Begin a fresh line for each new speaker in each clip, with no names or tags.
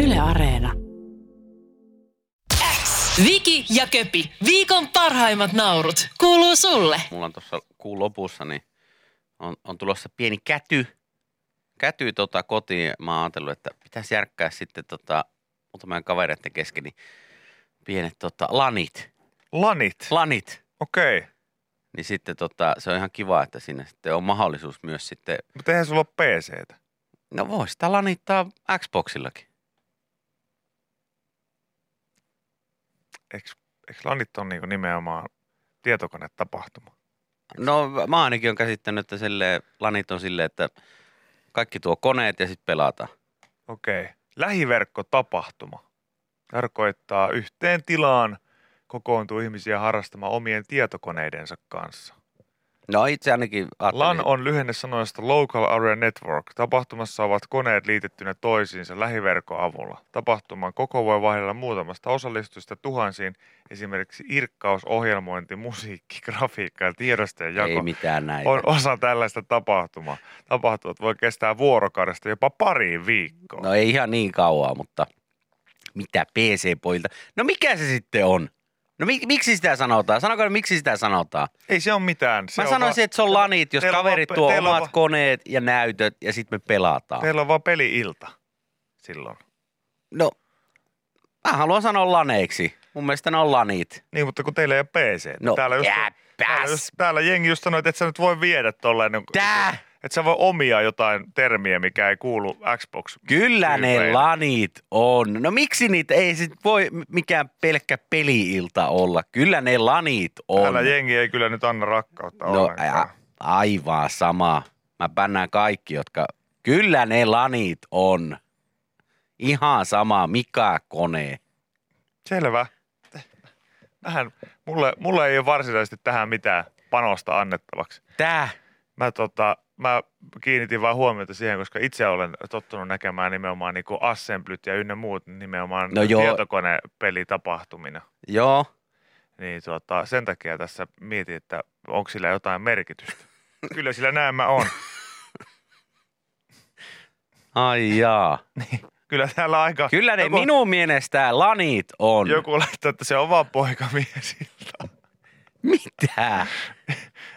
Yle Areena.
Viki ja Köpi, viikon parhaimmat naurut, kuuluu sulle.
mulla on tuossa kuun lopussa, niin on, on tulossa pieni käty, käty tota kotiin. Mä oon ajatellut, että pitäisi järkkää sitten tota, muutamien kavereiden kesken, niin pienet tota, lanit,
Lanit.
lanit.
Okei. Okay.
Niin sitten tota, se on ihan kiva, että sinne sitten on mahdollisuus myös sitten,
Mutta eihän sulla ole PCtä.
no voi sitä lanittaa Xboxillakin.
Eikö, eikö lanit on niinku nimenomaan tietokonetapahtuma?
No mä ainakin on käsittänyt, että sille, lanit on silleen, että kaikki tuo koneet ja sitten pelataan.
Okei. Okay. Lähiverkkotapahtuma tarkoittaa yhteen tilaan kokoontuu ihmisiä harrastamaan omien tietokoneidensa kanssa.
No itse ainakin ajattelin-
LAN on lyhenne sanoista Local Area Network. Tapahtumassa ovat koneet liitettynä toisiinsa lähiverkon avulla. Tapahtuman koko voi vaihdella muutamasta osallistujasta tuhansiin, esimerkiksi irkkaus, ohjelmointi, musiikki, grafiikka ja tiedostojen
ei
jako
mitään näitä.
on osa tällaista tapahtumaa. Tapahtumat voi kestää vuorokaudesta jopa pari viikkoa.
No ei ihan niin kauaa, mutta mitä PC-pojilta? No mikä se sitten on? No mi- miksi sitä sanotaan? Sanokaa, miksi sitä sanotaan?
Ei se ole mitään. Se
Mä
on
sanoisin,
vaan-
että se on lanit, jos
teillä on
kaverit
vaan-
tuo
teillä on
omat
vaan-
koneet ja näytöt ja sitten me pelataan.
Teillä on vaan peli-ilta silloin.
No, mä haluan sanoa laneiksi. Mun mielestä ne on lanit.
Niin, mutta kun teillä ei ole PC.
No,
täällä, just, täällä, just,
jäpäs.
täällä jengi just sanoi, että et sä nyt voi viedä tolleen. niin kuin-
Tää!
Että sä voi omia jotain termiä, mikä ei kuulu Xbox.
Kyllä ne
tyypeille.
lanit on. No miksi niitä ei sit voi mikään pelkkä peliilta olla? Kyllä ne lanit on.
Täällä jengi ei kyllä nyt anna rakkautta
No
ollenkaan.
a, aivan sama. Mä pännään kaikki, jotka... Kyllä ne lanit on. Ihan sama, mikä kone.
Selvä. Vähän, mulle, mulle ei ole varsinaisesti tähän mitään panosta annettavaksi.
Tää.
Mä, tota, mä kiinnitin vaan huomiota siihen, koska itse olen tottunut näkemään nimenomaan niin assemblyt ja ynnä muut nimenomaan
No
no
joo.
tietokonepelitapahtumina.
Joo.
Niin tuota, sen takia tässä mietin, että onko sillä jotain merkitystä. Kyllä sillä näemmä on.
Ai jaa.
Kyllä täällä aika...
Kyllä ne
joku,
minun mielestä lanit on.
Joku laittaa, että se on vaan poikamiesiltä.
Mitä?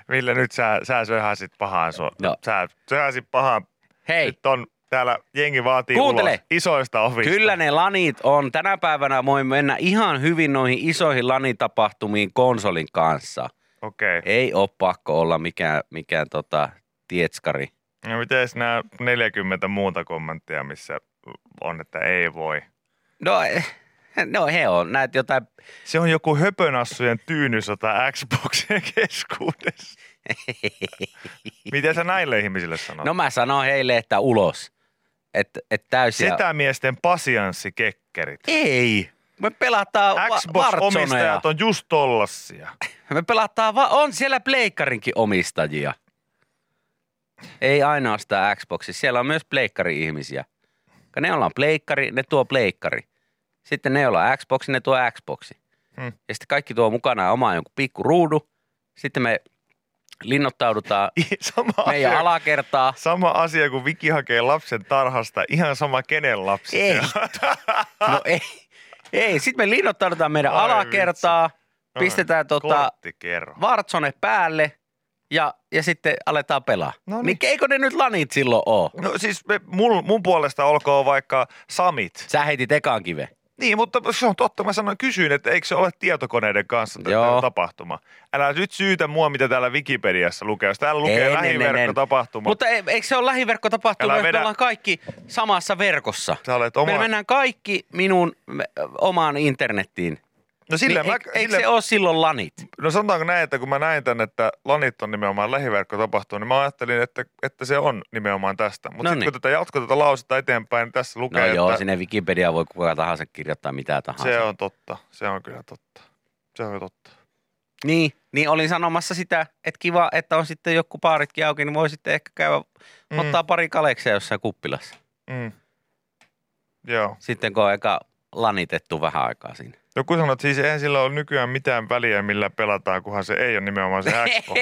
Millä nyt sä, sä söhäsit pahaan sua.
No.
No. Sä söhäsit pahaan.
Hei,
Nyt on täällä jengi vaatii
Kuuntele.
ulos isoista ovista.
Kyllä ne lanit on. Tänä päivänä voi mennä ihan hyvin noihin isoihin lanitapahtumiin konsolin kanssa.
Okei. Okay.
Ei ole pakko olla mikään, mikään tota, tietskari.
No miten nämä 40 muuta kommenttia, missä on, että ei voi?
No, eh, no he on. Näet jotain
Se on joku höpönassujen tyynysota Xboxien keskuudessa. Miten sä näille ihmisille sanot?
No mä sanon heille, että ulos. Että et täysiä.
Sitä miesten pasianssikekkerit.
Ei. Me pelataan va- Warzonea.
Xbox-omistajat on just tollassia.
Me pelataan va- on siellä pleikkarinkin omistajia. Ei ainoastaan Xboxissa. Siellä on myös pleikkari-ihmisiä. Ka Ne, joilla on pleikkari, ne tuo pleikkari. Sitten ne, joilla on Xbox, ne tuo Xboxi.
Hmm.
Ja sitten kaikki tuo mukanaan omaa jonkun pikku ruudu. Sitten me linnoittaudutaan
Sama
meidän
asia,
alakertaa.
sama asia, kun Viki hakee lapsen tarhasta. Ihan sama kenen lapsi.
Ei.
se on.
No ei. Ei, sitten me linnoittaudutaan meidän
Ai
alakertaa, pistetään tota
Korttikerho.
vartsone päälle ja, ja sitten aletaan pelaa.
No
Niin
niin.
eikö ne nyt lanit silloin oo?
No siis me, mul, mun puolesta olkoon vaikka Samit.
Sä heitit ekan kiven.
Niin, mutta se on totta. Mä sanoin, kysyin, että eikö se ole tietokoneiden kanssa
Joo.
tämä tapahtuma. Älä nyt syytä mua, mitä täällä Wikipediassa lukee. Jos täällä
En, en,
lukee
en,
lähiverkkotapahtuma,
niin, Mutta e- eikö se ole lähiverkkotapahtuma,
Älä
jos me
vedä.
ollaan kaikki samassa verkossa?
sä olet
Oma... Me
oma...
mennään kaikki minun me, ö, omaan internettiin.
No sillä
niin,
mä...
eikö, eikö
sillä-
se ole silloin lanit?
No sanotaanko näin, että kun mä näin tämän, että lanit on nimenomaan lähiverkkotapahtuma, niin mä ajattelin, että, että se on nimenomaan tästä. Mutta
No
sitten
niin.
kun tätä jatko tätä lausetta eteenpäin, niin tässä
No
lukee,
okay,
että
joo, sinne Wikipediaan voi kuka tahansa kirjoittaa mitä tahansa.
se on totta. Se on kyllä totta. Se on totta.
Niin, niin olin sanomassa sitä, että kiva, että on sitten joku baaritkin auki, niin voi sitten ehkä käydä mm.
Mm.
ottaa pari kaleksia jossain kuppilassa.
Mm. Joo.
Sitten kun on eka lanitettu vähän aikaa siinä.
Joku sanoo, että siis eihän sillä ole nykyään mitään väliä, millä pelataan, kunhan se ei ole nimenomaan se Xbox.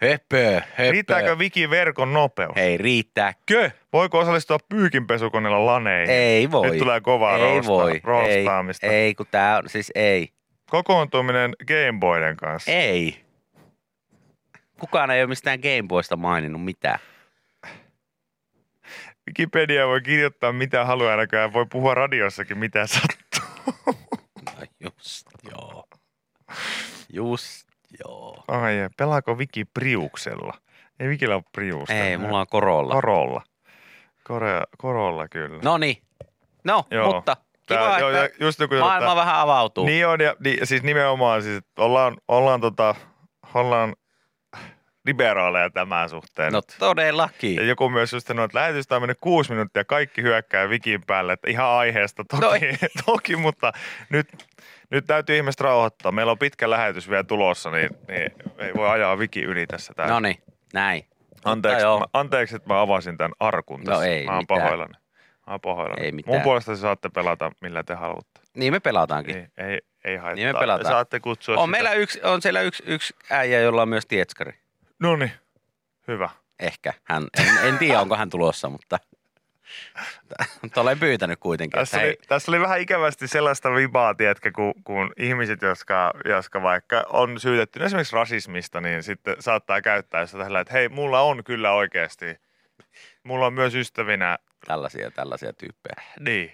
höpö, höpö.
Riittääkö vikiverkon nopeus?
Hei, riittääkö?
Voiko osallistua pyykinpesukoneella laneihin?
Ei voi.
Nyt tulee kovaa
ei
roosta-
voi.
roostaamista.
Ei, ei, kun tää on, siis ei.
Kokoontuminen Gameboyden kanssa.
Ei. Kukaan ei ole mistään Gameboysta maininnut mitään.
Wikipedia voi kirjoittaa mitä haluaa, ja näköjään voi puhua radiossakin mitä sattuu.
No just joo. Just joo.
Ai, jee, pelaako Viki Priuksella? Ei Vikillä ole Priusta.
Ei, mulla on korolla.
Korolla. Kore, korolla kyllä.
No niin. No,
Joo.
mutta kiva,
Tää-
Tää,
joo,
että
ja just joku sanoi,
maailma
että-
vähän avautuu. Niin.
Niin on, ja niin, siis nimenomaan siis, että ollaan, ollaan, tota, ollaan liberaaleja tämän suhteen.
No todellakin.
Ja joku myös just sanoi, että lähetystä on mennyt kuusi minuuttia, kaikki hyökkää vikin päälle, että ihan aiheesta toki,
No
toki mutta nyt, nyt täytyy ihmiset rauhoittaa. Meillä on pitkä lähetys vielä tulossa, niin, niin ei voi ajaa viki yli tässä. Tää.
No niin, näin.
anteeksi,
Mutta joo.
mä, anteeksi, että mä avasin tämän arkun
No
tässä.
ei
mä oon
mitään.
pahoillani. Mä oon pahoillani.
Ei
Mun
mitään.
puolesta saatte pelata, millä te haluatte.
Niin me pelataankin.
Ei, ei, ei haittaa.
Niin me pelataan.
Saatte kutsua
on,
sitä.
meillä yksi, on siellä yksi, yksi äijä, jolla on myös tietskari.
No niin, hyvä.
Ehkä. Hän, en, en tiedä, onko hän tulossa, mutta mutta olen pyytänyt kuitenkin.
Tässä
Että
oli,
hei,
tässä oli vähän ikävästi sellaista vibaa, tiedätkö, kun, kun ihmiset, jotka, jotka vaikka on syytetty esimerkiksi rasismista, niin sitten saattaa käyttää sitä tällä, että hei, mulla on kyllä oikeasti, mulla on myös ystävinä,
tällaisia, tällaisia tyyppejä.
niin.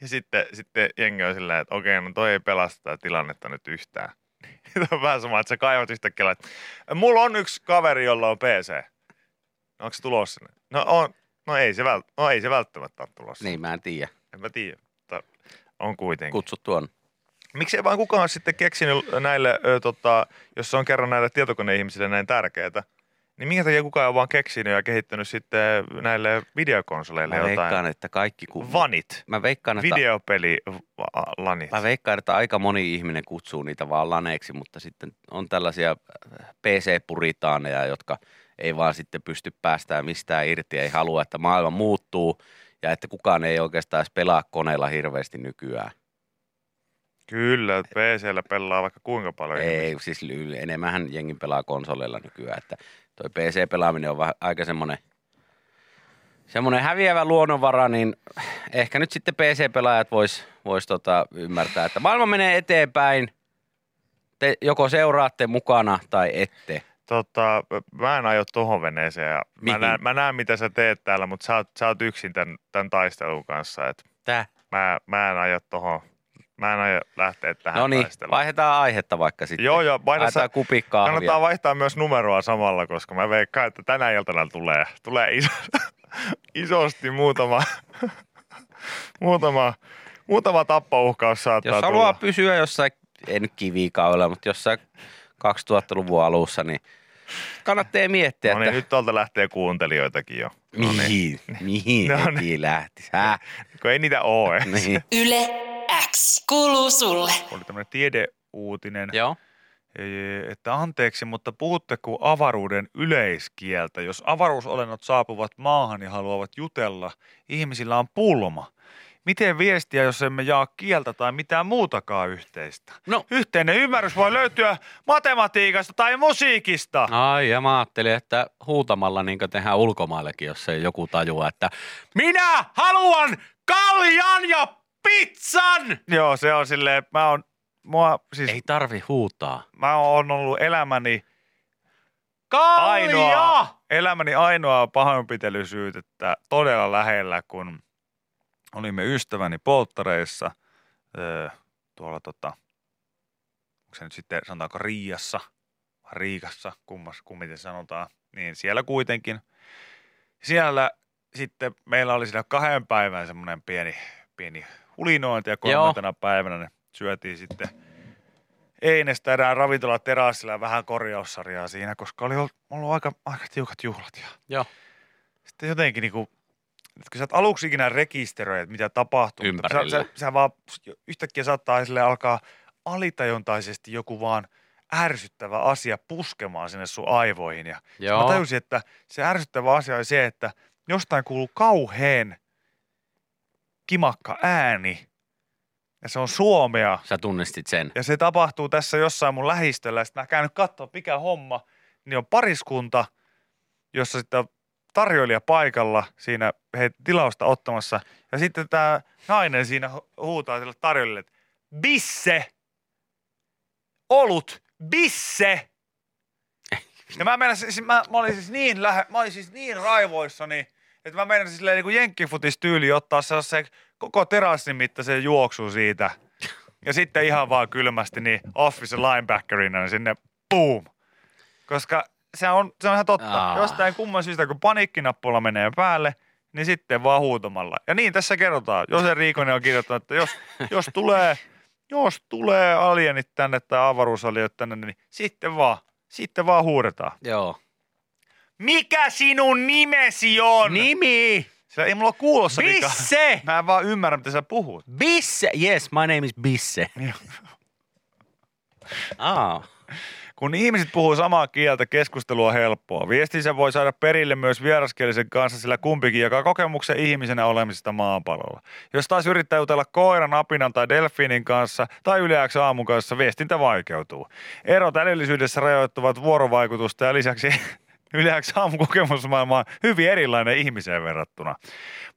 Ja sitten, sitten jengi on silleen, että okei, no toi ei pelasta tätä tilannetta nyt yhtään. Tämä on vähän sama, että sä kaivat yhtäkkiä, että mulla on yksi kaveri, jolla on PC. Onko se tulossa? sinne? No, on, no, ei se vält, no ei se välttämättä ole tulossa.
Niin, mä en tiedä.
En mä tiedä, mutta on kuitenkin. Kut.
Kutsut tuon.
Miksei vaan kukaan ole sitten keksinyt näille, ö, tota, jos se on kerran näille tietokoneihmisille näin tärkeää, niin minkä takia kukaan ei ole vaan keksinyt ja kehittänyt sitten näille videokonsoleille
Mä
jotain?
veikkaan, että kaikki... Ku...
Vanit.
Mä veikkaan, että...
Videopelilanit.
Mä veikkaan, että aika moni ihminen kutsuu niitä vaan laneiksi, mutta sitten on tällaisia PC-puritaaneja, jotka ei vaan sitten pysty päästään mistään irti, ei halua, että maailma muuttuu ja että kukaan ei oikeastaan edes pelaa koneella hirveästi nykyään.
Kyllä, PCllä pelaa vaikka kuinka paljon.
Ei, siis ly- enemmänhän jengi pelaa konsoleilla nykyään, että toi PC-pelaaminen on vähän aika semmoinen semmoinen häviävä luonnonvara, niin ehkä nyt sitten PC-pelaajat vois, vois tota ymmärtää, että maailma menee eteenpäin. Te joko seuraatte mukana tai ette.
Tota, mä en aio tohon veneeseen. ja Mä
Mihin?
näen, mä näen, mitä sä teet täällä, mutta sä, oot- sä oot yksin tämän, tämän taistelun kanssa. Et
Tää.
mä, mä en aio tohon. Mä en aio lähteä tähän
No niin,
taisteluun.
vaihdetaan aihetta vaikka sitten.
Joo, joo, vaihda sä,
Laitetaan kupi kahvia.
kannattaa vaihtaa myös numeroa samalla, koska mä veikkaan, että tänä iltana tulee, tulee iso, isosti muutama, muutama, muutama tappouhkaus saattaa
Jos haluaa
tulla.
pysyä jossain, ei nyt kivikaudella, mutta jossain 2000-luvun alussa, niin kannattaa miettiä,
No
että
niin, nyt tuolta lähtee kuuntelijoitakin jo. No niin.
Mihin? Mihin
No
no niin. lähtis? Häh?
Kun ei niitä oo eh. ees.
Niin.
Yle X kuuluu sulle.
Oli tämmöinen tiedeuutinen,
Joo.
Ee, että anteeksi, mutta puhutteko avaruuden yleiskieltä? Jos avaruusolennot saapuvat maahan ja haluavat jutella, ihmisillä on pulma. Miten viestiä, jos emme jaa kieltä tai mitään muutakaan yhteistä?
No.
Yhteinen ymmärrys voi löytyä matematiikasta tai musiikista.
Ai, ja mä ajattelin, että huutamalla niin tehdään ulkomaillekin, jos ei joku tajua, että minä haluan kaljan ja pizzan!
Joo, se on silleen, mä oon, mua, siis
Ei tarvi huutaa.
mä oon ollut elämäni
Kalja!
ainoa, elämäni ainoa pahoinpitelysyytettä todella lähellä, kun olimme ystäväni polttareissa öö, tuolla tota, onko se nyt sitten sanotaanko Riassa, vai Riikassa, kummas, kummiten sanotaan, niin siellä kuitenkin. Siellä sitten meillä oli siinä kahden päivän semmoinen pieni, pieni hulinointi ja
Joo.
kolmantena päivänä ne syötiin sitten Einestä erään ravintola terassilla vähän korjaussarjaa siinä, koska oli ollut- ollut aika, aika tiukat juhlat. Ja
Joo.
sitten jotenkin niin kuin, että kun sä et aluksi ikinä rekisteröi, että mitä tapahtuu. mutta
Ympärillä.
Sä, sä, sä vaan yhtäkkiä saattaa sille alkaa alitajuntaisesti joku vaan ärsyttävä asia puskemaan sinne sun aivoihin. Ja
Joo.
mä tajusin, että se ärsyttävä asia oli se, että jostain kuuluu kauheen kimakka ääni Ja se on suomea.
Sä tunnistit sen.
Mm. Ja se tapahtuu tässä jossain mun lähistöllä. Sitten mä käyn katsoa, mikä homma. Niin on pariskunta, jossa sitten on tarjoilija paikalla siinä he tilausta ottamassa. Ja sitten tämä nainen siinä hu- huutaa sille tarjoilijalle, että bisse, olut, bisse. Ja mä, meinasin, siis mä, mä, olin siis niin lähe, mä olin siis niin raivoissani, että mä meinasin silleen niin kuin jenkkifutistyyli ottaa sellaisen koko terassin mittaisen juoksun siitä. Ja sitten ihan vaan kylmästi niin office linebackerina niin sinne boom. Koska se on, se on ihan totta.
Aa.
Jostain kumman syystä, kun paniikkinappula menee päälle, niin sitten vaan huutamalla. Ja niin tässä kerrotaan. Jose Riikonen on kirjoittanut, että jos, jos tulee, jos tulee alienit tänne tai avaruusaliot tänne, niin sitten vaan, sitten vaan huudetaan.
Joo.
Mikä sinun nimesi on?
Niin. Nimi!
Sillä ei mulla kuulossa vikaa.
Bisse!
Mä en vaan ymmärrä, mitä sä puhut.
Bisse! Yes, my name is Bisse. Aa.
Kun ihmiset puhuu samaa kieltä, keskustelu on helppoa. Viestinsä voi saada perille myös vieraskielisen kanssa, sillä kumpikin jakaa kokemuksen ihmisenä olemisesta maapallolla. Jos taas yrittää jutella koiran, apinan tai delfiinin kanssa tai yleäksi aamun kanssa, viestintä vaikeutuu. Erot älyllisyydessä rajoittuvat vuorovaikutusta ja lisäksi yleäksi aamun kokemusmaailma on hyvin erilainen ihmiseen verrattuna.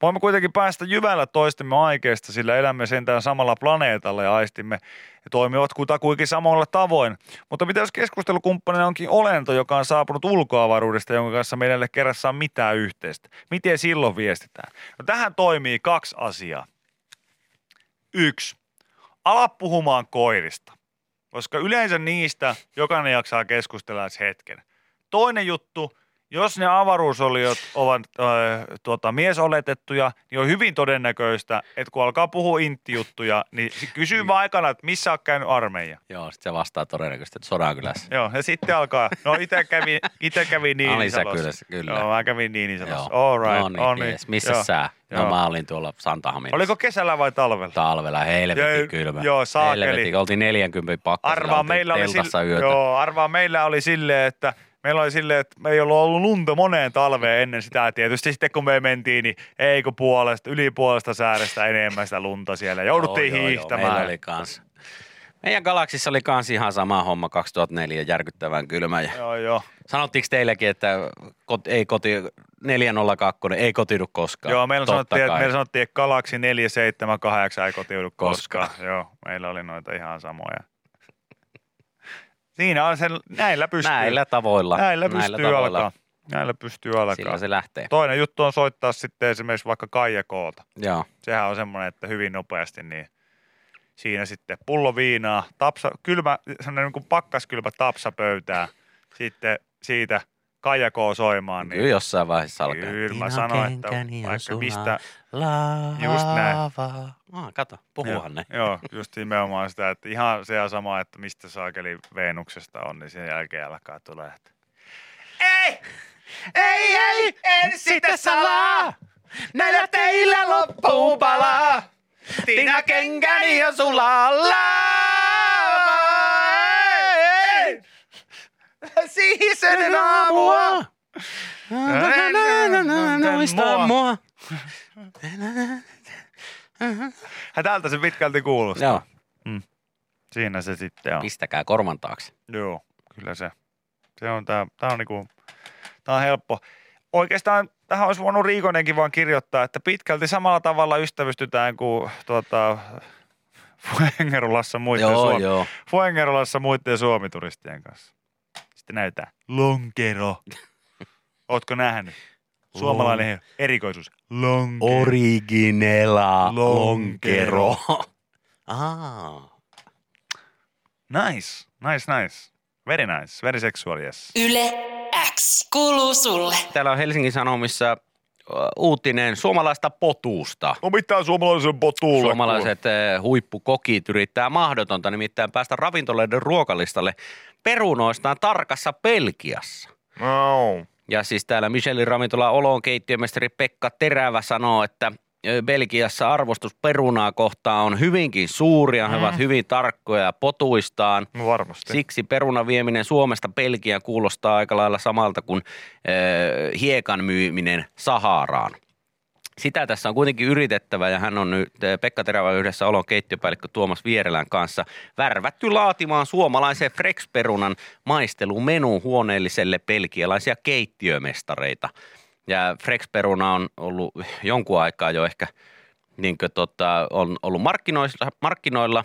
Voimme kuitenkin päästä jyvällä toistemme aikeista, sillä elämme sentään samalla planeetalla ja aistimme ja toimivat kutakuinkin samoilla tavoin. Mutta mitä jos keskustelukumppanina onkin olento, joka on saapunut ulkoavaruudesta, jonka kanssa meillä ei ole kerrassaan mitään yhteistä? Miten silloin viestitään? No tähän toimii kaksi asiaa. Yksi. Ala puhumaan koirista, koska yleensä niistä jokainen jaksaa keskustella edes hetken. Toinen juttu, jos ne avaruusoliot ovat äh, tuota, miesoletettuja, niin on hyvin todennäköistä, että kun alkaa puhua inttijuttuja, niin se kysyy vaan aikana, että missä on käynyt armeija.
Joo, sit se vastaa todennäköisesti, että Sodankylässä.
Joo, ja sitten alkaa. No itse kävi, ite kävi Niinisalossa.
Alisäkylässä, kyllä.
Joo, mä kävin Niinisalossa.
Joo.
All right.
No niin, yes. Missä
Joo.
sä?
Joo.
No mä olin tuolla Santahaminassa.
Oliko kesällä vai talvella?
talvella
Joo,
helvetin kylmä.
joo, saakeli.
Helvetin, oltiin 40 pakkasella,
Arvaa
oltiin
meillä, oli
teltassa
sille,
yötä.
joo, arvaa meillä oli silleen, että meillä oli silleen, että me ei ollut ollut lunta moneen talveen ennen sitä. Tietysti sitten kun me mentiin, niin ei kun puolesta, yli puolesta säädestä enemmän sitä lunta siellä. Jouduttiin
Joo, joo, joo,
hiihtämään.
Meillä oli kans. Meidän galaksissa oli kans ihan sama homma 2004, järkyttävän kylmä. Ja
Joo, joo.
sanottiinko teillekin, että kot, ei koti, 402 ei kotiudu koskaan?
Joo, meillä
Totta
sanottiin, että,
kai.
meillä sanottiin, että Galaxy 478 ei kotiudu koskaan.
Koskaan.
Joo, meillä oli noita ihan samoja. Siinä on sen, näillä pystyy.
Näillä tavoilla.
näillä pystyy näillä
tavoilla.
alkaa. Näillä pystyy
Sillä
alkaa.
se lähtee.
Toinen juttu on soittaa sitten esimerkiksi vaikka Kaija Koota.
Joo.
Sehän on semmoinen, että hyvin nopeasti niin siinä sitten pullo viinaa, tapsa, kylmä, semmoinen niin kuin pakkaskylmä tapsa pöytään. Sitten siitä Kaija K soimaan.
Kyllä
Niin
jossain vaiheessa alkaa.
kyllä mä
Tinon
sanoin, että
kenkäni on
vaikka
sulaa.
mistä,
Laava.
Just näin.
Ah, kato, puhuhan ne.
Joo, just nimenomaan sitä, että ihan se ja sama, että mistä saakeli Veenuksesta on, niin sen jälkeen alkaa tulee, että Ei! Ei, ei! En sitä salaa! Näillä teillä loppuun palaa! Tina kenkäni jo sulaa laava! Ei! Siisen aamua!
Muista mua.
Tältä se pitkälti kuulostaa.
Joo,
Siinä se sitten on.
pistäkää korvan taakse.
Joo, kyllä se. Se on tää, tää on niinku, tää on helppo. Oikeastaan tähän olisi voinut Riikonenkin vaan kirjoittaa, että pitkälti samalla tavalla ystävystytään kuin tuota, Fuengerolassa muiden,
joo,
Suomi,
joo.
Fuengerolassa muiden suomituristien kanssa. Sitten näytetään. Lonkero. Ootko nähnyt? Suomalainen erikoisuus. Lonkero.
Originella
Lonkero.
lonkero. Aa.
Nice, nice, nice. Very nice, very sexual, yes.
Yle X. Kuuluu sulle.
Täällä on Helsingin Sanomissa ö, uutinen suomalaista potuusta.
No mitään suomalaisen potuulle.
Suomalaiset ö, huippukokit yrittää mahdotonta nimittäin päästä ravintoloiden ruokalistalle perunoistaan tarkassa Belgiassa.
No.
Ja siis täällä Michelin ravintola Olon keittiömestari Pekka Terävä sanoo, että ö, Belgiassa arvostus perunaa kohtaan on hyvinkin suuri ja he ovat hyvin tarkkoja potuistaan.
No varmasti.
Siksi perunan vieminen Suomesta Belgiaan kuulostaa aika lailla samalta kuin ö, hiekan myyminen Saharaan. sitä tässä on kuitenkin yritettävä ja hän on nyt eh, Pekka Terävä yhdessä olon keittiöpäällikkö Tuomas Vierelän kanssa värvätty laatimaan suomalaisen Frex-perunan maistelumenu huoneelliselle belgialaisia keittiömestareita. Ja Frex-peruna on ollut jonkun aikaa jo ehkä niin tota, on ollut markkinoilla, markkinoilla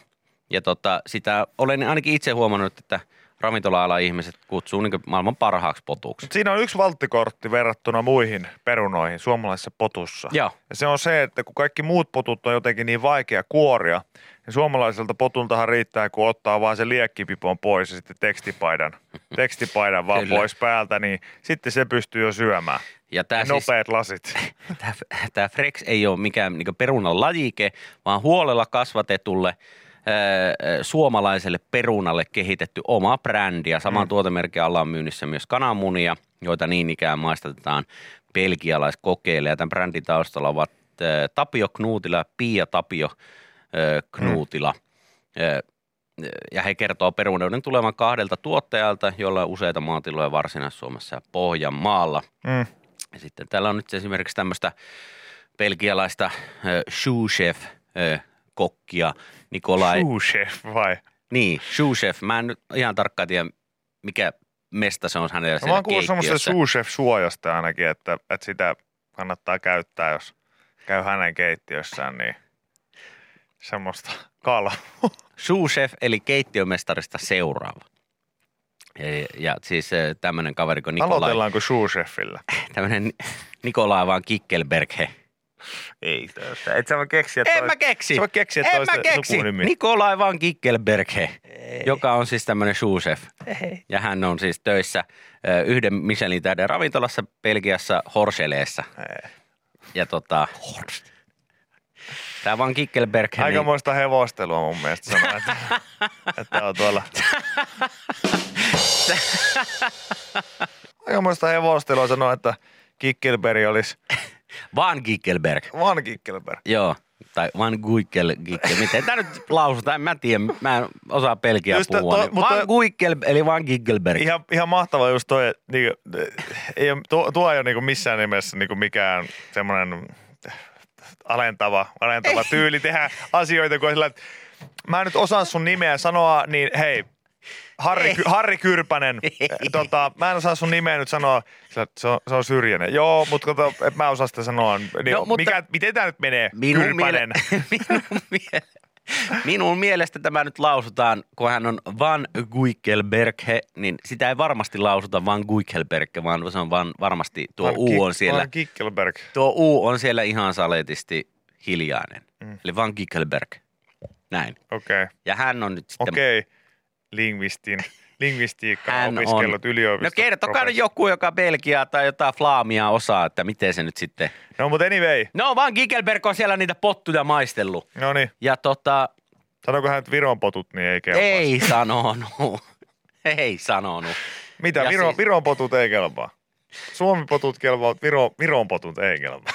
ja tota, sitä olen ainakin itse huomannut, että ravintola-alan ihmiset kutsuu niin maailman parhaaksi potuksi.
Mut Siinä on yksi valttikortti verrattuna muihin perunoihin suomalaisessa potussa.
Joo.
Ja se on se, että kun kaikki muut potut on jotenkin niin vaikea kuoria, niin suomalaiselta potultahan riittää, kun ottaa vaan se liekkipipon pois ja sitten tekstipaidan, tekstipaidan vaan
Kyllä.
pois päältä, niin sitten se pystyy jo syömään.
Ja tämä siis,
Nopeat lasit.
tämä, tämä Frex ei ole mikään niin perunan lajike, vaan huolella kasvatetulle ää, suomalaiselle perunalle kehitetty oma brändi. Ja saman mm. tuotemerkin alla on myynnissä myös kananmunia, joita niin ikään maistetaan belgialaiskokeille. Ja tämän brändin taustalla ovat ää, Tapio Knuutila ja Pia Tapio ää, Knuutila. Ää, ja he kertoo perunoiden tulevan kahdelta tuottajalta, joilla on useita maatiloja Varsinais-Suomessa ja Pohjanmaalla.
Mm.
Ja sitten täällä on nyt esimerkiksi tämmöistä belgialaista äh, sous-chef-kokkia, Nikolai. Shoo.
Sous chef vai?
Niin, sous-chef. Mä en nyt ihan tarkkaan tiedä, mikä mesta se on hänellä
No, mä
siellä
oon kuullut semmoista
keittiössä.
sous chef suojasta ainakin, että, että sitä kannattaa käyttää, jos käy hänen keittiössään, niin semmoista kalaa.
Sous-chef, eli keittiömestarista seuraava. Ja, ja siis tämmöinen kaveri kuin Nikolai,
Aloitellaanko sous chefillä?
tämmöinen Nikolai vaan Kikkelberghe.
Ei tästä. Et sä voi keksiä
En mä keksi.
Sä voi keksiä
en
toista
mä keksi.
sukunimiä.
Nikolai van Kikkelberghe, joka on siis tämmöinen sous-chef. Ja hän on siis töissä ö, yhden Michelin tähden ravintolassa Belgiassa Horseleessa. Ja tota... Tämä van Kikkelberghe, niin,
Aikamoista hevostelua mun mielestä sanoa, että, että on tuolla. Aikamoista hevostelua sanoa, että Kikkelberg olisi
van Kikkelberg.
vaan Kikkelberg.
Joo, tai van Guikel, miten tämä nyt lausutaan, en mä tiedä, mä en osaa pelkiä
Just tää-
puhua.
toi-
niin.
mutta-
Van Guikel, eli van Kikkelberg.
Ihan, ihan mahtava just toi, että niinku, ei, oo- tuo, tuo ei ole niinku missään nimessä niinku mikään semmoinen alentava, alentava tyyli tehdä asioita, kun on sillä, että mä en nyt osaan sun nimeä sanoa, niin hei, Harri, Ky- Harri Kyrpänen, tota, mä en osaa sun nimeä nyt sanoa, sillä, että se on, se on syrjäinen. Joo, mutta kato, et mä osaa sitä sanoa. Niin,
No,
no,
mutta-
mutta... mikä, miten tämä nyt menee,
Minun,
Kyrpänen?
miele- minun, miele- minun mielestä tämä nyt lausutaan, kun hän on Van Guikelberghe, niin sitä ei varmasti lausuta Van Guikelberghe, vaan se on vaan varmasti tuo
Van
U on
Kik-
siellä.
Van Kikkelberg.
Tuo U on siellä ihan saletisti hiljainen. Mm. Eli Van Guikelberg. Näin.
Okei, okay.
Ja hän on nyt sitten...
okei. Okay. Lingvistin. Lingvistiikkaa
Hän on.
opiskellut
No
yliopistossa.
kertokaa nyt joku, joka Belgiaa tai jotain Flaamia osaa, että miten se nyt sitten...
No mutta anyway,
No Van Gikelberg on siellä niitä pottuja maistellut.
no niin,
Ja tota,
sanoiko hän, että Viron potut, niin ei kelpaa.
ei sanonut. ei sanonut.
Mitä,
ja
Viro,
siis-
Viron potut ei kelpaa? Suomi potut kelpaa, mutta Viro, Viron potut ei kelpaa.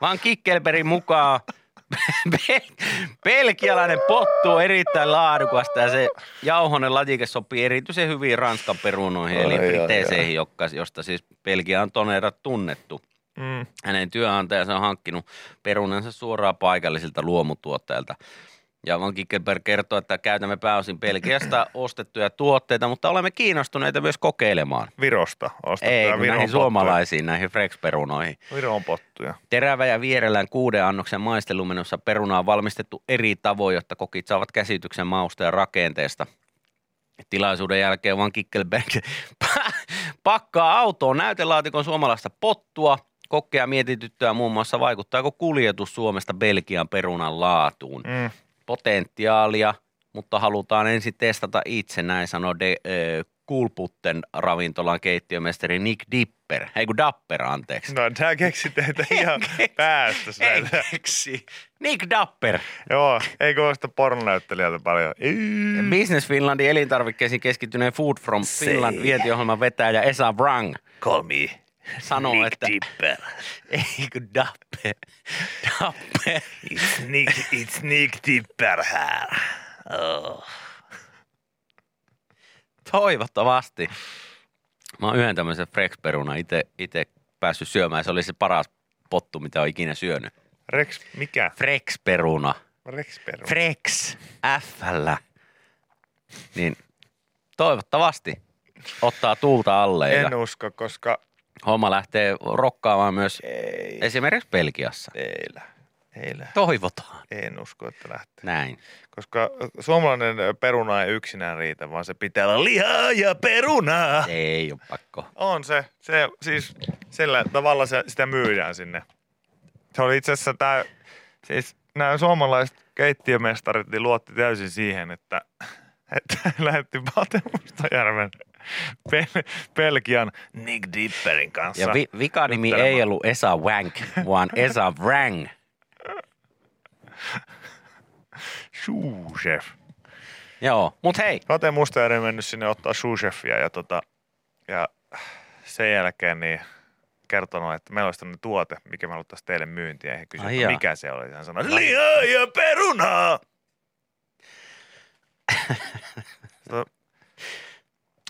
Vaan Kikkelberin mukaan bel- belgialainen pottu on erittäin laadukasta ja se jauhonen latike sopii erityisen hyvin Ranskan perunoihin eli
Ai, ai,
briteeseihin, joka- josta siis Belgia on tonerat tunnettu.
Mm.
Hänen työnantajansa on hankkinut perunansa suoraan paikallisilta luomutuottajilta. Ja Van Kikkelberg kertoo, että käytämme pääosin Belgiasta ostettuja tuotteita, mutta olemme kiinnostuneita myös kokeilemaan.
Virosta ostettuja
Ei, kun
Viron
näihin
pottuja.
suomalaisiin, näihin Frex-perunoihin.
Viron pottuja.
Terävä ja vierellään kuuden annoksen maistelumenossa peruna on valmistettu eri tavoin, jotta kokit saavat käsityksen mausta ja rakenteesta. Tilaisuuden jälkeen vaan Kikkelberg pakkaa autoon näytelaatikon suomalaista pottua. Kokkeja mietityttyä muun muassa vaikuttaako kuljetus Suomesta Belgian perunan laatuun.
Mm.
Potentiaalia, mutta halutaan ensin testata itse, näin sanoi de, ö, Kulputten ravintolan keittiömestari Nick Dipper, ei kun Dapper anteeksi.
No, tää keksit teitä ihan
keksi.
päästä.
Ei
näitä.
keksi. Nick Dapper.
Joo, eikö ole sitä pornonäyttelijältä paljon? Mm.
Business Finlandin elintarvikkeisiin keskittyneen Food from Finland vientiohjelman vetäjä Esa Wrang
Call me
sanoo, että
Dipper.
ei kun Dapper. Dapper.
It's Nick, it's Nick Dipper här. Oh.
Toivottavasti. Mä oon yhden tämmöisen frex-peruna ite, ite päässyt syömään. Se oli se paras pottu, mitä on ikinä syönyt.
Rex, mikä?
Frex-peruna.
Rex peru.
Frex, f Niin toivottavasti ottaa tuulta alle ja
En usko, koska
homma lähtee rokkaamaan myös
ei,
esimerkiksi Belgiassa.
ei, lä- ei, lä-
Toivotaan.
en usko, että lähtee.
Näin.
Koska suomalainen peruna ei yksinään riitä, vaan se pitää olla lihaa ja perunaa.
Ei ole pakko.
On se. se siis sillä tavalla se, sitä myydään sinne. Se oli itse asiassa tämä, siis nämä suomalaiset keittiömestarit niin luotti täysin siihen, että, että lähetti Pate Mustajärven Pel- Belgian Nick Dipperin kanssa.
Ja vi- vikanimi
juttelemaan.
ei ollut Esa Wank, vaan Esa Wrang.
Sous-chef.
Joo, mut hei,
Pate Mustajärvi on mennyt sinne ottaa sous-chefia ja, tota, ja sen jälkeen niin kertonut, että meillä olisi tämmöinen tuote, mikä me haluttaisiin teille myyntiä. Ja he kysyivät,
Ai
että
jaa.
mikä se oli. Hän sanoi, lihaa ja perunaa! Tota,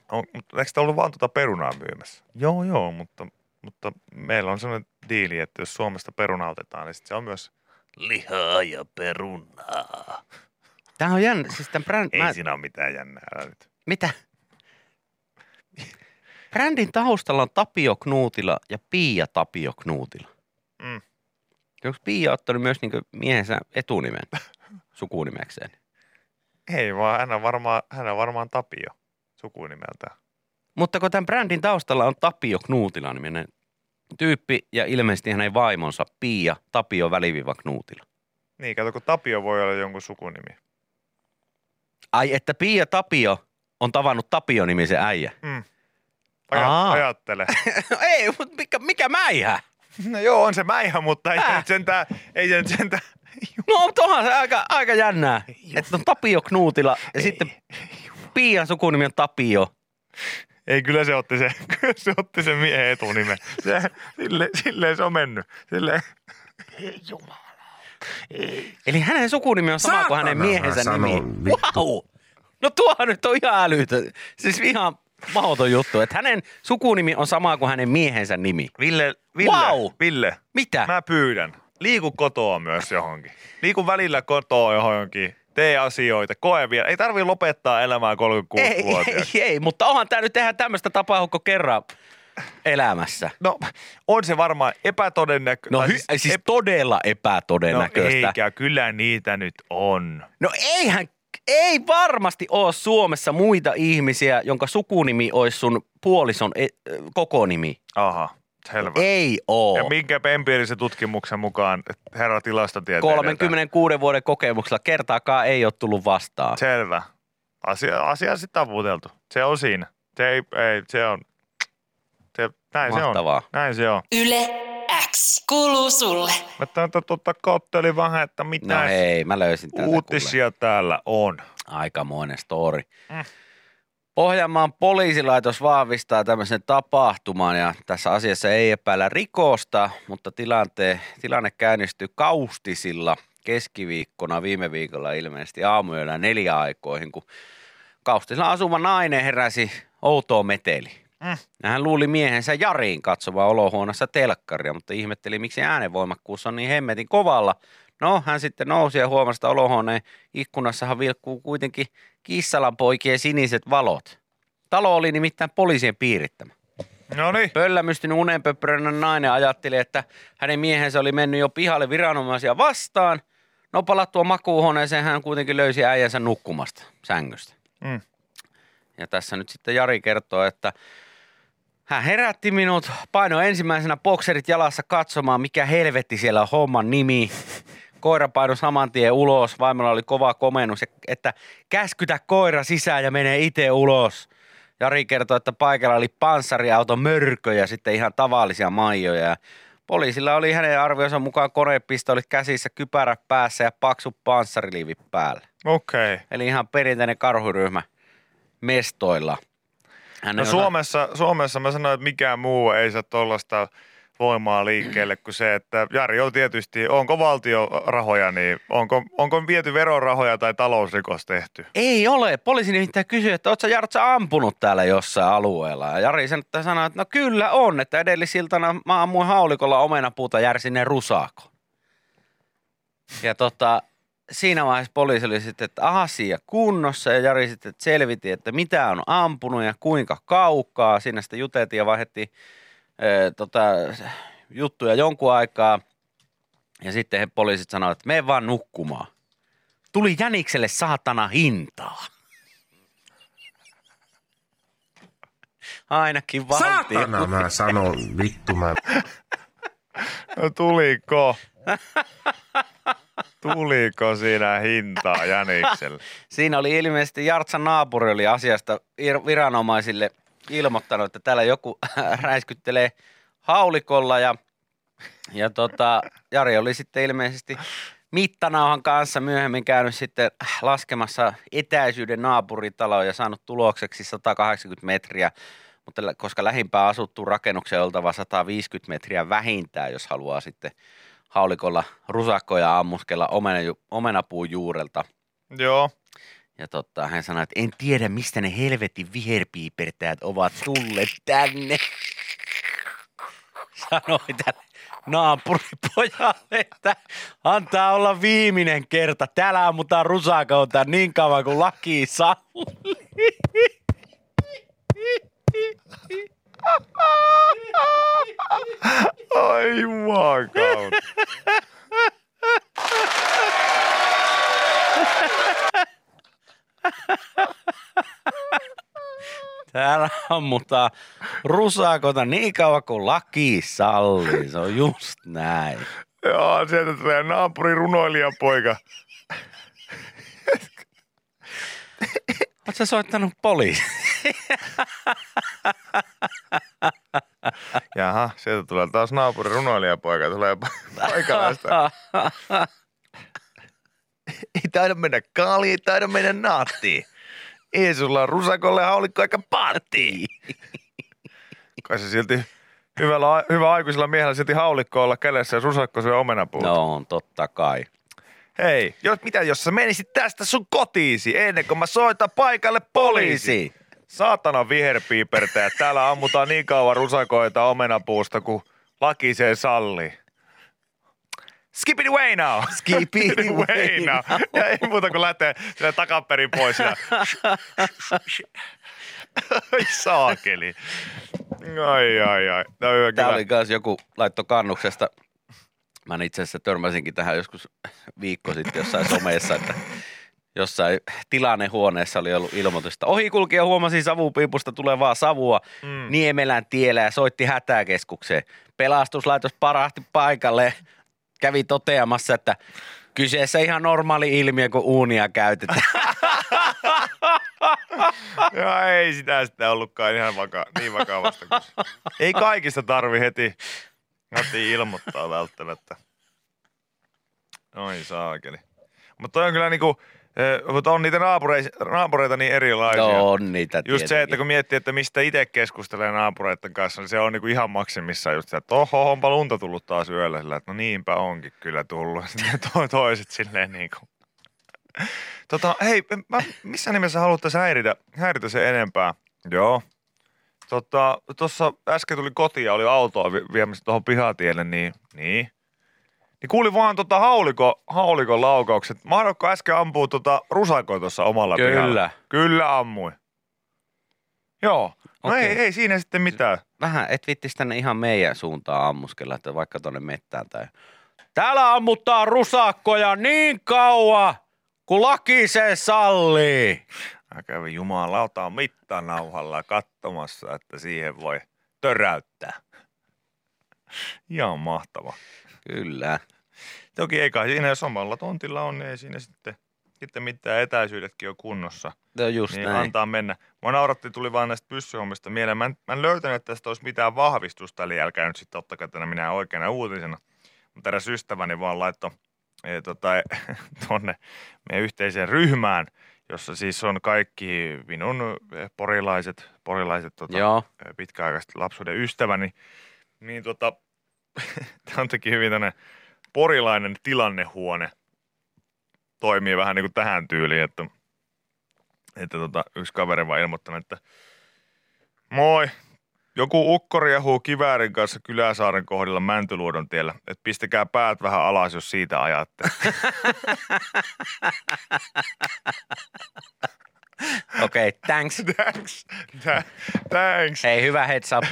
on, mutta eikö sitä ollut vaan tuota perunaa myymässä? Joo, joo, mutta, mutta meillä on sellainen diili, että jos Suomesta peruna otetaan, niin sit se on myös lihaa ja perunaa.
tää on jännä, siis tämän bränd...
Ei
Mä...
siinä ole mitään jännää älä nyt.
Mitä? Brändin taustalla on Tapio Knuutila ja Pia Tapio Knuutila.
Mm.
Onko Pia ottanut myös niinku miehensä etunimen sukunimekseen?
Ei vaan, hän on varmaan, hän on varmaan Tapio sukunimeltään.
Mutta kun tämän brändin taustalla on Tapio Knuutila niminen tyyppi ja ilmeisesti hänen vaimonsa Pia Tapio väliviva Knuutila.
Niin, kato, kun Tapio voi olla jonkun sukunimi.
Ai että Pia Tapio on tavannut Tapio-nimisen äijä.
Mm.
Aa.
Aja, ajattele.
No ei, mutta mikä, mikä mäihä?
No joo, on se mäihä, mutta ei se
Äh.
nyt sentään, ei se nyt sentään.
No mutta onhan se aika, aika jännää, että on Tapio Knuutila ja sitten Pian sukunimi on Tapio.
Ei, kyllä se otti sen, kyllä se otti sen miehen etunimen. Se, sille, silleen se on mennyt. Silleen. Ei jumala.
Eli hänen sukunimi on sama kuin hänen
Saatana,
miehensä
mä
nimi.
sanon,
Wow!
vittu.
No tuohan nyt on ihan älytön, siis ihan mahdoton juttu, että hänen sukunimi on sama kuin hänen miehensä nimi.
Ville, Ville,
Wow.
Ville,
Mitä?
mä pyydän. Liiku kotoa myös johonkin. Liiku välillä kotoa johonkin. Tee asioita, koe vielä. Ei tarvii lopettaa elämää
ei, ei,
36-vuotiaaksi.
ei, mutta onhan tämä nyt tehdä tämmöistä tapahukko kerran elämässä.
No, on se varmaan epätodennäköistä.
No hy- siis todella
no
epätodennäköistä.
eikä, kyllä niitä nyt on.
No eihän, ei varmasti ole Suomessa muita ihmisiä, jonka sukunimi olisi sun puolison e- ö, koko nimi.
Aha, selvä.
Ei oo.
Ja minkä empiirisen tutkimuksen mukaan, herra tilastotieteilijä?
36 vuoden kokemuksella kertaakaan ei ole tullut vastaan.
tämän- Selvä. Asia, asia sitten taputeltu. Se on siinä. Se ei, ei se on. Se, näin
Mahtavaa.
se on. Näin se on.
Yle X kuuluu sulle.
Mä täältä tota kattelin vähän, että mitä
No hei, mä löysin täältä.
uutisia täällä on.
Kuule. Aikamoinen story.
Mm.
Pohjanmaan poliisilaitos vahvistaa tämmöisen tapahtuman ja tässä asiassa ei epäillä rikosta, mutta tilante, tilanne käynnistyi kaustisilla keskiviikkona viime viikolla ilmeisesti aamuyöllä neljä aikoihin, kun kaustisilla asuva nainen heräsi outoon meteli.
Mm.
Ja Hän luuli miehensä Jariin katsomaan olohuoneessa telkkaria, mutta ihmetteli, miksi äänenvoimakkuus on niin hemmetin kovalla. No, hän sitten nousi ja huomasi, että olohuoneen ikkunassahan vilkkuu kuitenkin kissalan poikien siniset valot. Talo oli nimittäin poliisien piirittämä.
No niin.
Pöllämystynyt unenpöpöröinen nainen ajatteli, että hänen miehensä oli mennyt jo pihalle viranomaisia vastaan. No palattua makuuhuoneeseen hän kuitenkin löysi äijänsä nukkumasta sängystä.
Mm.
Ja tässä nyt sitten Jari kertoo, että hän herätti minut, paino ensimmäisenä bokserit jalassa katsomaan, mikä helvetti siellä on homman nimi. Koira paino saman tien ulos, vaimolla oli kova komennus, että käskytä koira sisään ja mene itse ulos. Jari kertoi, että paikalla oli panssariauto mörköjä, sitten ihan tavallisia maijoja. Ja Poliisilla oli hänen arvionsa mukaan konepistoolit käsissä, kypärät päässä ja paksu panssariliivit päällä.
Okei. Okay.
Eli ihan perinteinen karhuryhmä mestoilla. Hän
No
ei osaa- Niin
Suomessa, Suomessa mä sanoin, että mikään muu ei saa tuollaista voimaa liikkeelle kuin se, että Jari on tietysti, onko valtiorahoja, niin onko, onko viety verorahoja tai talousrikos tehty?
Ei ole. Poliisi nimittäin kysyi, että ootko Jartsa ampunut täällä jossain alueella. Ja Jari sen- että sanoi, että no kyllä on, että edellisiltana mä ammuin haulikolla omenapuuta järsineen rusaako. Ja tota, siinä vaiheessa poliisi oli sitten, että asia kunnossa ja Jari sitten selvitti, että mitä on ampunut ja kuinka kaukaa. Siinä sitten juteltiin ja vaihdettiin ö, tota, juttuja jonkun aikaa. Ja sitten he poliisit sanoivat, että mene vaan nukkumaan. Tuli Jänikselle saatana hintaa. Ainakin valtio.
Saatana mä sanon, vittu mä...
No tuliko? Tuliko siinä hintaa Jänikselle?
Siinä oli ilmeisesti Jartsan naapuri oli asiasta ir- viranomaisille ilmoittanut, että täällä joku räiskyttelee haulikolla ja, ja tota, Jari oli sitten ilmeisesti mittanauhan kanssa myöhemmin käynyt sitten laskemassa etäisyyden naapuritaloon ja saanut tulokseksi 180 metriä, mutta lä- koska lähimpää asuttu rakennukseen oltava 150 metriä vähintään, jos haluaa sitten haulikolla rusakkoja ammuskella omenaju- omenapuun juurelta.
Joo.
Ja totta, hän sanoi, että en tiedä mistä ne helvetin viherpiipertäjät ovat tulleet tänne. Sanoi tälle naapuripojalle, että antaa olla viimeinen kerta. Täällä ammutaan rusakouta niin kauan kuin laki sallii.
Ai jumakauta.
Täällä ammutaan rusakouta niin kauan kuin laki sallii. Se on just näin.
Joo, sieltä tulee naapuri runoilijapoika.
Oletko soittanut poliisi?
Jaha, sieltä tulee taas naapuri runoilijapoika. Tulee pa- paikalaista. Ei taida mennä kaaliin, ei taida mennä naattiin. Ei sulla on rusakolle haulikko eikä paattiin. Kai se silti hyvällä, hyvä aikuisella miehellä silti haulikko olla kädessä ja rusakko syö omenapuuta.
No on totta kai.
Hei, jos, mitä jos sä menisit tästä sun kotiisi ennen kuin mä soitan paikalle poliisi? Saatana viherpiipertäjä, täällä ammutaan niin kauan rusakoita omenapuusta, kun laki sen sallii. Skip it away now!
Skip it away now.
no. Ja ei muuta kuin lähtee sinne takaperin pois. Ja... Ai saakeli. Ai, ai, ai. No, hyvä,
Tämä
kyllä.
oli myös joku laitto kannuksesta. Mä itse asiassa törmäsinkin tähän joskus viikko sitten jossain someessa, että jossain tilannehuoneessa oli ollut ilmoitus, että ohikulkija huomasi savupiipusta tulevaa savua mm. Niemelän tiellä ja soitti hätäkeskukseen. Pelastuslaitos parahti paikalle ja kävi toteamassa, että kyseessä ihan normaali ilmiö, kun uunia käytetään.
No ei sitä sitä ollutkaan ihan vaka- niin vakavasta kuin se. Ei kaikista tarvi heti heti ilmoittaa välttämättä. Noin saakeli. Mutta on kyllä niinku, eh, mutta on niitä naapureita, naapureita niin erilaisia.
no on niitä
Just se, että
tietenkin.
kun miettii, että mistä itse keskustelee naapureiden kanssa, niin se on niinku ihan maksimissaan just se, että oho, onpa lunta tullut taas yöllä sillä, että no niinpä onkin kyllä tullut. Sitten to- toiset silleen niinku. Tota, hei, mä missä nimessä haluatte häiritä, häiritä se enempää? Joo. Tota, tuossa äsken tuli kotiin ja oli autoa vi- viemässä tuohon pihatielle, niin, niin. Niin kuulin vaan tota hauliko, haulikon laukaukset. Mahdokko äsken ampuu tota rusakoa tuossa omalla
Kyllä.
pihalla? Kyllä ammuin. Joo. No
Okei.
ei, ei siinä sitten mitään.
vähän, et vittis tänne ihan meidän suuntaan ammuskella, että vaikka tonne mettään tai... Täällä ammuttaa rusakkoja niin kauan, kun laki se sallii.
Mä kävin jumalautaan mittanauhalla katsomassa, että siihen voi töräyttää. Ihan mahtava.
Kyllä.
Toki ei kai siinä, jos omalla tontilla on, niin ei siinä sitten, sitten mitään etäisyydetkin on kunnossa.
No just
Niin
näin.
antaa mennä. Mua nauratti, tuli vaan näistä pyssyhommista mieleen. Mä en, mä en löytänyt, että tästä olisi mitään vahvistusta, eli älkää nyt sitten ottakaa tänä minä oikeana uutisena. Mutta eräs ystäväni vaan laittoi e, tota, tuonne meidän yhteiseen ryhmään, jossa siis on kaikki minun eh, porilaiset, porilaiset tota,
Joo.
eh, pitkäaikaiset lapsuuden ystäväni, niin tota, Tämä on teki hyvin tämmöinen porilainen tilannehuone. Toimii vähän niin kuin tähän tyyliin, että, että tota, yksi kaveri vaan ilmoittanut, että moi, joku ukko riehuu kiväärin kanssa Kyläsaaren kohdilla Mäntyluodon tiellä, että pistäkää päät vähän alas, jos siitä ajatte.
Okei, okay, thanks.
thanks, tha- thanks.
Ei, hyvä heads up.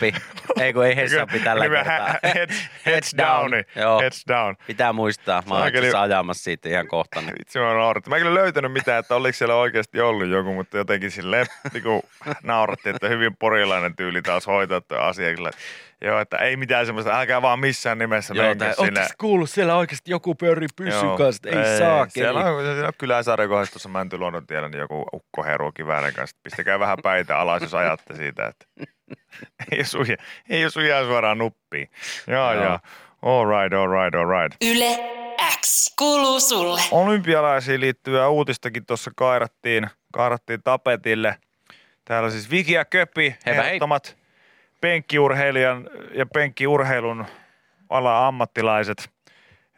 Ei kun ei heads up tällä
Hyvä
kertaa.
he- heads, heads down.
Joo,
Heads down.
pitää muistaa. Mä oon
Saakeli-
itse asiassa ajamassa siitä ihan kohta. niin.
Vitsi, mä naurattu. Mä en kyllä löytänyt mitään, että oliko siellä oikeasti ollut joku, mutta jotenkin silleen niinku, nauratti, että hyvin porilainen tyyli taas hoitaa tuo asia. Kyllä. Joo, että ei mitään semmoista, älkää vaan missään nimessä
Joo,
menkö
tai
sinne.
ootteks kuullut siellä oikeasti joku pörri pyssyn
Joo.
kanssa? Että Ei, saa
Siellä on, siellä on kyläsaaren kohdassa tuossa Mäntyluodon tiellä, niin joku ukko heruu kiväären kanssa. Pistäkää vähän päitä alas, jos ajatte siitä, että ei jos uja, ei jos ujaa suoraan nuppiin. Joo,
Joo.
joo. joo. All right, all right, all right.
Yle X. Kuuluu sulle.
Olympialaisiin liittyvää uutistakin tuossa kairattiin, kairattiin tapetille. Täällä siis Viki ja Köpi,
Hei, hei.
ehdottomat penkkiurheilijan ja penkkiurheilun ala ammattilaiset.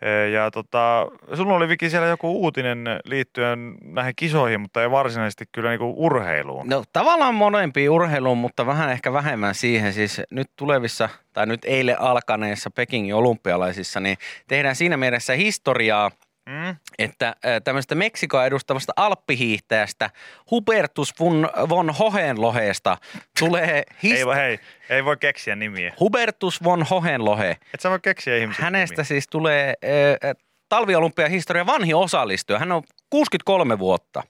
Ee, Ja tota, sulla oli Viki siellä joku uutinen liittyen näihin kisoihin, mutta ei varsinaisesti kyllä niinku urheiluun.
No tavallaan molempiin urheiluun, mutta vähän ehkä vähemmän siihen. Siis nyt tulevissa, tai nyt eilen alkaneissa Pekingin olympialaisissa, niin tehdään siinä mielessä historiaa,
Mm?
että ö, tämmöistä Meksikoa edustavasta alppihiihtäjästä Hubertus von, von Hohenlohesta tulee
Ei, voi-
hist-
hei, ei voi keksiä nimiä.
Hubertus von Hohenlohe.
Et sä voi keksiä ihmisen
Hänestä
nimiä.
siis tulee ö, ö, talviolympiahistorian vanhin osallistuja. Hän on 63 vuotta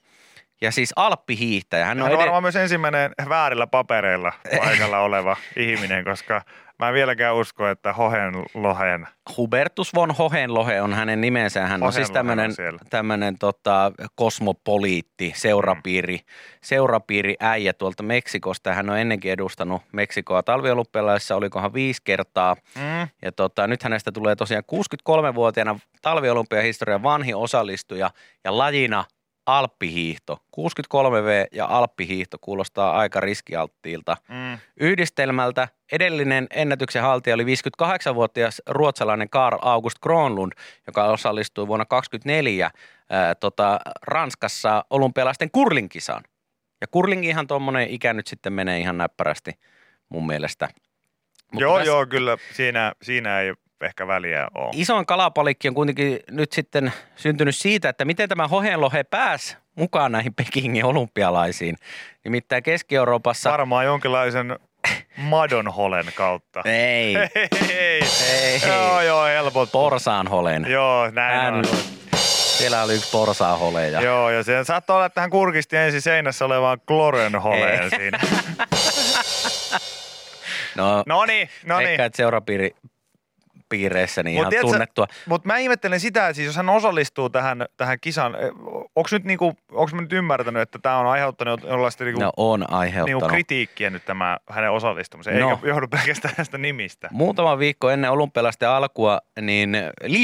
ja siis alppihiihtäjä. Hän
No,
on,
Hän on
ede-
varmaan myös ensimmäinen väärillä papereilla paikalla oleva ihminen, koska mä en vieläkään usko, että hohen lohen.
Hubertus von Hohenlohe on hänen nimensä. Hän on siis
Hohenlohe on
tämmöinen,
siellä.
tämmöinen tota, kosmopoliitti, seurapiiri, seurapiiri äijä tuolta Meksikosta. Hän on ennenkin edustanut Meksikoa talviolympialaisissa, olikohan viisi kertaa.
Mm.
Ja tota, nyt hänestä tulee tosiaan 63-vuotiaana talviolympiahistorian vanhin osallistuja ja lajina alppihiihto. 63V ja alppihiihto kuulostaa aika riskialttiilta
Mm.
yhdistelmältä. Edellinen ennätyksen haltija oli 58-vuotias ruotsalainen Karl August Kronlund, joka osallistui vuonna 2024 ää, tota, Ranskassa olympialaisten kurlinkisaan. Ja kurlingi ihan tuommoinen ikä nyt sitten menee ihan näppärästi mun mielestä. Mutta
Joo,
tässä
joo, kyllä siinä, siinä ei ehkä väliä ole.
Isoin kalapalikki on kuitenkin nyt sitten syntynyt siitä, että miten tämä Hohenlohe pääsi mukaan näihin Pekingin olympialaisiin. Nimittäin Keski-Euroopassa...
Varmaan jonkinlaisen madonholen kautta.
Ei,
Ei.
Ei.
Joo, joo, helpot.
porsaanholen.
Joo, näin
Hän,
on.
siellä oli yksi porsaaholeja.
Joo, ja se saattoi olla, että hän kurkisti ensin seinässä olevaan klorenholeen
Ei.
siinä.
No,
No niin, no niin.
ehkä et seurapiiri piireissä niin
Mut
ihan
tiedätkö-
tunnettua.
Mutta mä ihmettelen sitä, että siis jos hän osallistuu tähän, tähän kisaan, onko nyt niinku, onks mä nyt ymmärtänyt, että tämä on aiheuttanut jollaista niinku,
No on
niinku
aiheuttanut.
kritiikkiä nyt tämä hänen osallistumisensa,
No.
eikä johdu pelkästään tästä nimistä.
Muutama viikko ennen olympialaisten alkua, niin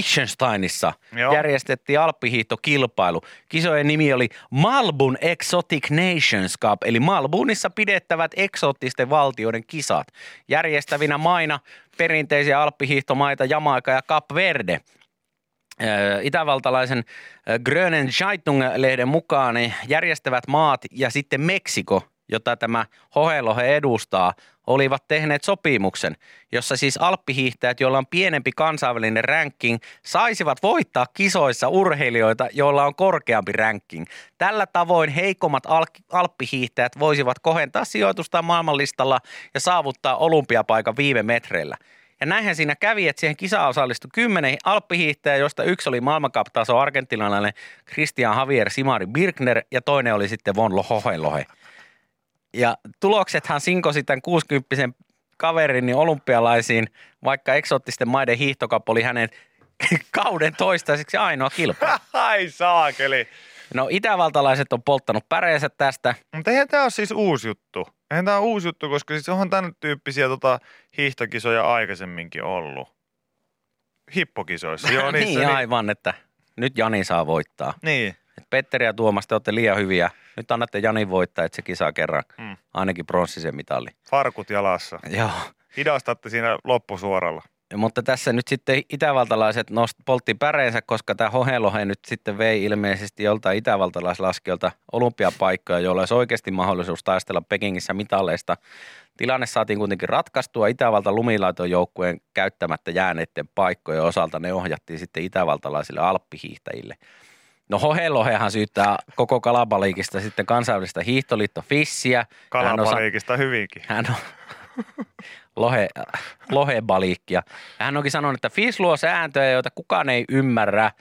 Liechtensteinissa
Joo.
järjestettiin alppihiihtokilpailu. Kisojen nimi oli Malbun Exotic Nations Cup, eli Malbunissa pidettävät eksoottisten valtioiden kisat. Järjestävinä maina perinteisiä alppihiihtomaita Jamaika ja Kap Verde. Ö, Äh, Itävaltalaisen ö, Grönen Zeitung-lehden mukaan niin järjestävät maat ja sitten Meksiko, jota tämä Hohelohe edustaa, olivat tehneet sopimuksen, jossa siis alppihiihtäjät, joilla on pienempi kansainvälinen ranking, saisivat voittaa kisoissa urheilijoita, joilla on korkeampi ranking. Tällä tavoin heikommat al- alppihiihtäjät voisivat kohentaa sijoitusta maailmanlistalla ja saavuttaa olympiapaikan viime metreillä. Ja näinhän siinä kävi, että siihen kisaan osallistui kymmenen alppihiihtäjää, joista yksi oli maailmankaptaso argentinalainen Christian Javier Simari Birkner ja toinen oli sitten Von Lohoelohe. Ja tuloksethan sinkosi tämän 60 kaverin niin olympialaisiin, vaikka eksoottisten maiden hiihtokappi oli hänen kauden toistaiseksi ainoa kilpailu.
Ai saakeli.
No itävaltalaiset on polttanut päreensä tästä.
Mutta eihän tämä ole siis uusi juttu. Eihän tämä ole uusi juttu, koska siis onhan tämän tyyppisiä tota, hiihtokisoja aikaisemminkin ollut. Hippokisoissa. Joo, niissä,
niin, aivan, että nyt Jani saa voittaa.
niin.
Et Petteri ja Tuomas, te olette liian hyviä. Nyt annatte Janin voittaa, että se kisaa kerran.
Mm.
Ainakin pronssisen mitalli.
Farkut jalassa.
Joo.
Hidastatte siinä loppusuoralla.
Mutta tässä nyt sitten itävaltalaiset nost, poltti päreensä, koska tämä hohelohe nyt sitten vei ilmeisesti joltain itävaltalaislaskijoilta olympiapaikkoja, joilla olisi oikeasti mahdollisuus taistella Pekingissä mitalleista. Tilanne saatiin kuitenkin ratkaistua Itävalta lumilaiton joukkueen käyttämättä jääneiden paikkojen osalta. Ne ohjattiin sitten itävaltalaisille alppihiihtäjille. No Hohelohehan syyttää koko kalabaliikista sitten kansainvälistä hiihtoliitto Fissiä. Hän osa-
Kalapaliikista hyvinkin.
hän on lohe, lohebaliikkia. Hän onkin sanonut, että FIS luo sääntöjä, joita kukaan ei ymmärrä.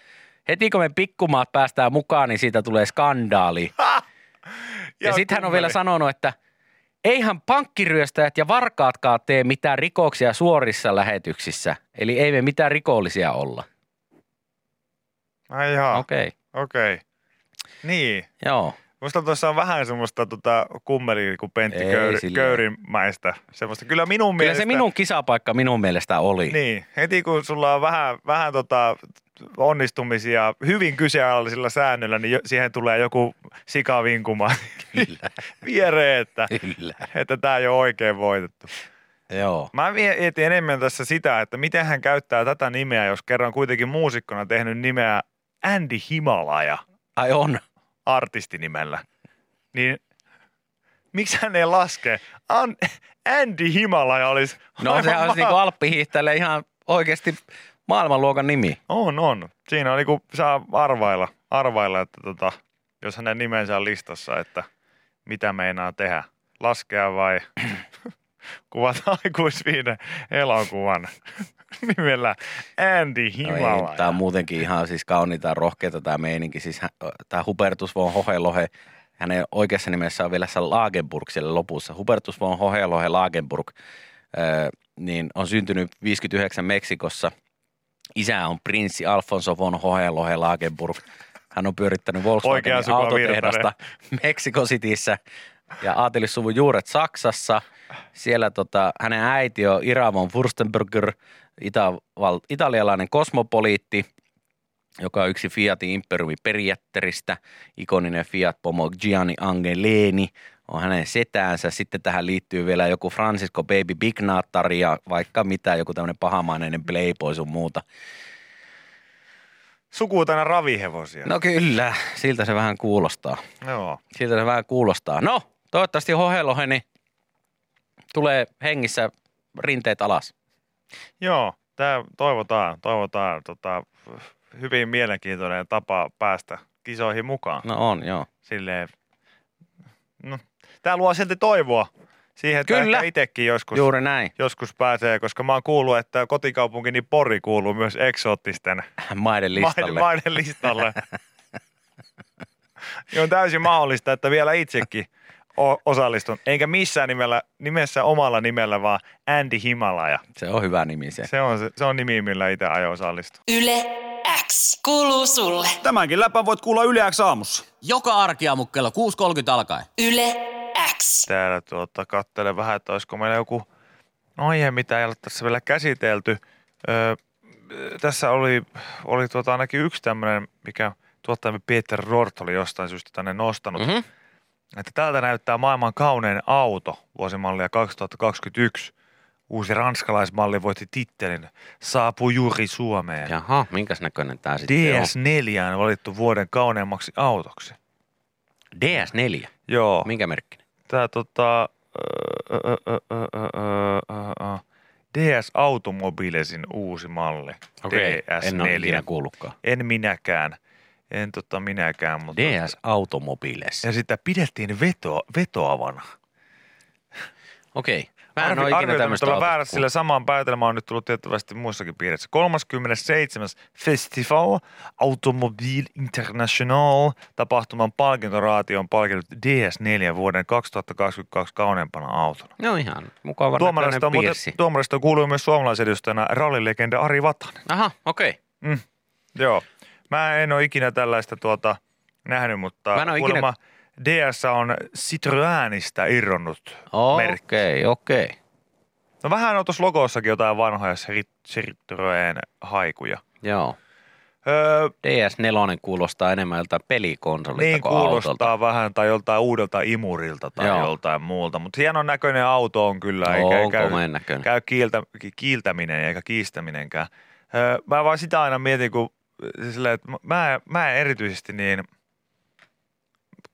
Heti kun me pikkumaat päästään mukaan, niin siitä tulee skandaali. Ja, ja sitten hän on vielä sanonut, että eihän pankkiryöstäjät ja varkaatkaan tee mitään rikoksia suorissa lähetyksissä. Eli ei me mitään rikollisia olla.
Ai jaa, okei.
Okei, okay.
Okay. Niin.
joo.
Musta tuossa on vähän semmoista tota, kummelia kuin Pentti
Ei
Köyri,
silleen.
Köyrinmäistä. Semmoista. Kyllä minun
Kyllä
mielestä...
se minun kisapaikka minun mielestä oli.
Niin, heti kun sulla on vähän, vähän tota onnistumisia hyvin kyseenalaisilla säännöillä, niin jo, siihen tulee joku sika vinkumaan
Kyllä,
viereen, että,
kyllä.
että tämä ei ole oikein voitettu.
Joo.
Mä mietin enemmän tässä sitä, että miten hän käyttää tätä nimeä, jos kerran kuitenkin muusikkona tehnyt nimeä Andy Himalaja
Ai on.
artistinimellä. Niin miksi hän ei laske? An- Andy Himalaja olisi
No
aivan
se olisi
ma-
niinku alppihiihtäjälle ihan oikeasti maailmanluokan nimi.
On, on. Siinä on niinku, saa arvailla, arvailla että tota, jos hänen nimensä on listassa, että mitä meinaa tehdä. Laskea vai kuvata aikuisviiden elokuvan nimellä Andy
No ei, tämä
Himalaja.
on muutenkin ihan siis kauniita ja rohkeita tämä meininki. Siis tämä Hubertus von Hohelohe, hänen oikeassa nimessä on vielä se Lagenburg siellä lopussa. Hubertus von Hohelohe Lagenburg öö, niin on syntynyt 59 Meksikossa. Isä on prinssi Alfonso von Hohelohe Lagenburg. Hän on pyörittänyt
Oikea
Volkswagenin
sukua
autotehdasta Mexico Cityssä ja aatelissuvun juuret Saksassa. Siellä tota, hänen äiti on Iravon Furstenberger, itäval, italialainen kosmopoliitti, joka on yksi Fiatin imperiumin periaatterista. Ikoninen Fiat-pomo Gianni Angelini on hänen setäänsä. Sitten tähän liittyy vielä joku Francisco Baby Bignatar ja vaikka mitä, joku tämmöinen pahamainen playboy sun muuta.
Suku tänä ravihevosia.
No kyllä, siltä se vähän kuulostaa.
Joo.
Siltä se vähän kuulostaa. No, toivottavasti hoheloheni tulee hengissä rinteet alas.
Joo, tää toivotaan, toivotaan tota, hyvin mielenkiintoinen tapa päästä kisoihin mukaan.
No on, joo.
silleen, no, tämä luo silti toivoa siihen, että
Kyllä.
Kyllä. ehkä itsekin joskus,
Juuri näin.
joskus pääsee, koska mä oon kuullut, että kotikaupunkini Pori kuuluu myös eksoottisten
Maiden
maiden,
listalle.
maiden listalle. Niin on täysin mahdollista, että vielä itsekin o- osallistun, enkä missään nimellä, nimessä omalla nimellä, vaan Andy Himalaja.
Se on hyvä nimi se.
Se on, se, se on nimi, millä itse ajo osallistua.
Yle X kuuluu sulle.
Tämänkin läpän voit kuulla yleäksi aamussa.
Joka arkiaamu kello 6.30 alkaen.
Yle X.
täällä tuota, kattele vähän, että olisiko meillä joku aihe, mitä ei ole tässä vielä käsitelty. Öö, tässä oli, oli tuota ainakin yksi tämmöinen, mikä tuottajamme Peter Rort oli jostain syystä tänne nostanut. Mm-hmm. Että täältä näyttää maailman kaunein auto vuosimallia 2021. Uusi ranskalaismalli voitti tittelin. Saapui juuri Suomeen.
Jaha, minkäs näköinen tämä sitten on?
DS4 on valittu vuoden kauneimmaksi autoksi.
DS4.
Joo.
Minkä merkkinen?
Tää tota... ö, ö, ö, ö, ö, ö, ö, ö, DS Automobilesin uusi malli.
en ole ikinä
DS4.
kuullutkaan.
En minäkään. En tota minäkään, mutta...
DS Automobiles.
Ja sitä pidettiin veto, vetoavana.
Okei. Mä en ole
Arvi-
ikinä tämmöistä
olla
autosta
väärässä, sillä
kuullut.
samaan päätelmään on nyt tullut tiettävästi muissakin piirissä. 37. Festival Automobile International tapahtuman palkintoraati on palkinnut DS4 vuoden 2022 kauneimpana autona.
No ihan mukava
Tuomarista
näköinen
on, muuten-
pirssi.
tuomarista kuuluu myös suomalaisedustajana rallilegenda Ari Vatanen.
Aha, okei.
Mm. Joo. Mä en ole ikinä tällaista tuota nähnyt, mutta
Mä en oo ikinä-
kuulemma DS on Citroenista irronnut merkki.
Okei, okei.
No vähän on tuossa logossakin jotain vanhoja Cir- Citroen haikuja.
Joo.
Öö,
DS4 kuulostaa enemmän joltain pelikonsolilta
niin
kuin
kuulostaa
autolta.
vähän tai joltain uudelta imurilta tai
Joo.
joltain muulta, mutta hienon näköinen auto on kyllä,
Onko
eikä käy,
meidän näköinen?
Niin. käy kiiltä, ki- kiiltäminen eikä kiistäminenkään. Öö, mä vaan sitä aina mietin, kun sillä, että mä- mä, mä en erityisesti niin,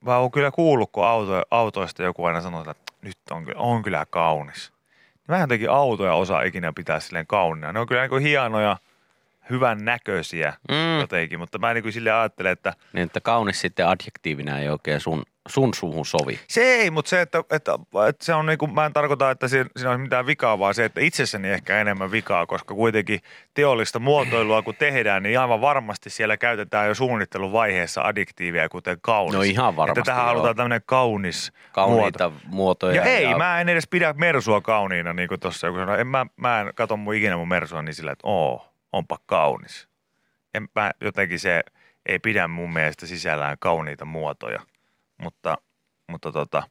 mä oon kyllä kuullut, kun auto, autoista joku aina sanoo, että nyt on, kyllä- on kyllä kaunis. Mä en jotenkin autoja osaa ikinä pitää silleen kauniina. Ne on kyllä niin kuin hienoja, hyvän näköisiä
Mm.
jotenkin, mutta mä niin kuin sille ajattelen, että
Niin, että kaunis sitten adjektiivinä ei oikein sun, sun suuhun sovi.
Se ei, mutta se, että, että, että se on niin kuin, mä en tarkoita, että siinä, siinä olisi mitään vikaa, vaan se, että itsessäni ehkä enemmän vikaa, koska kuitenkin teollista muotoilua kun tehdään, niin aivan varmasti siellä käytetään jo suunnitteluvaiheessa addiktiiviä, kuten kaunis.
No ihan varmasti,
Että tähän
joo.
halutaan tämmöinen kaunis
Kauniita
muoto.
muotoja.
Ja ei, mä en edes pidä Mersua kauniina, niin kuin tuossa joku sanoi. En, mä, mä en katso mun ikinä mun Mersua niin sillä, että oo, onpa kaunis. En, mä, jotenkin se ei pidä mun mielestä sisällään kauniita muotoja. Mutta, mutta tota,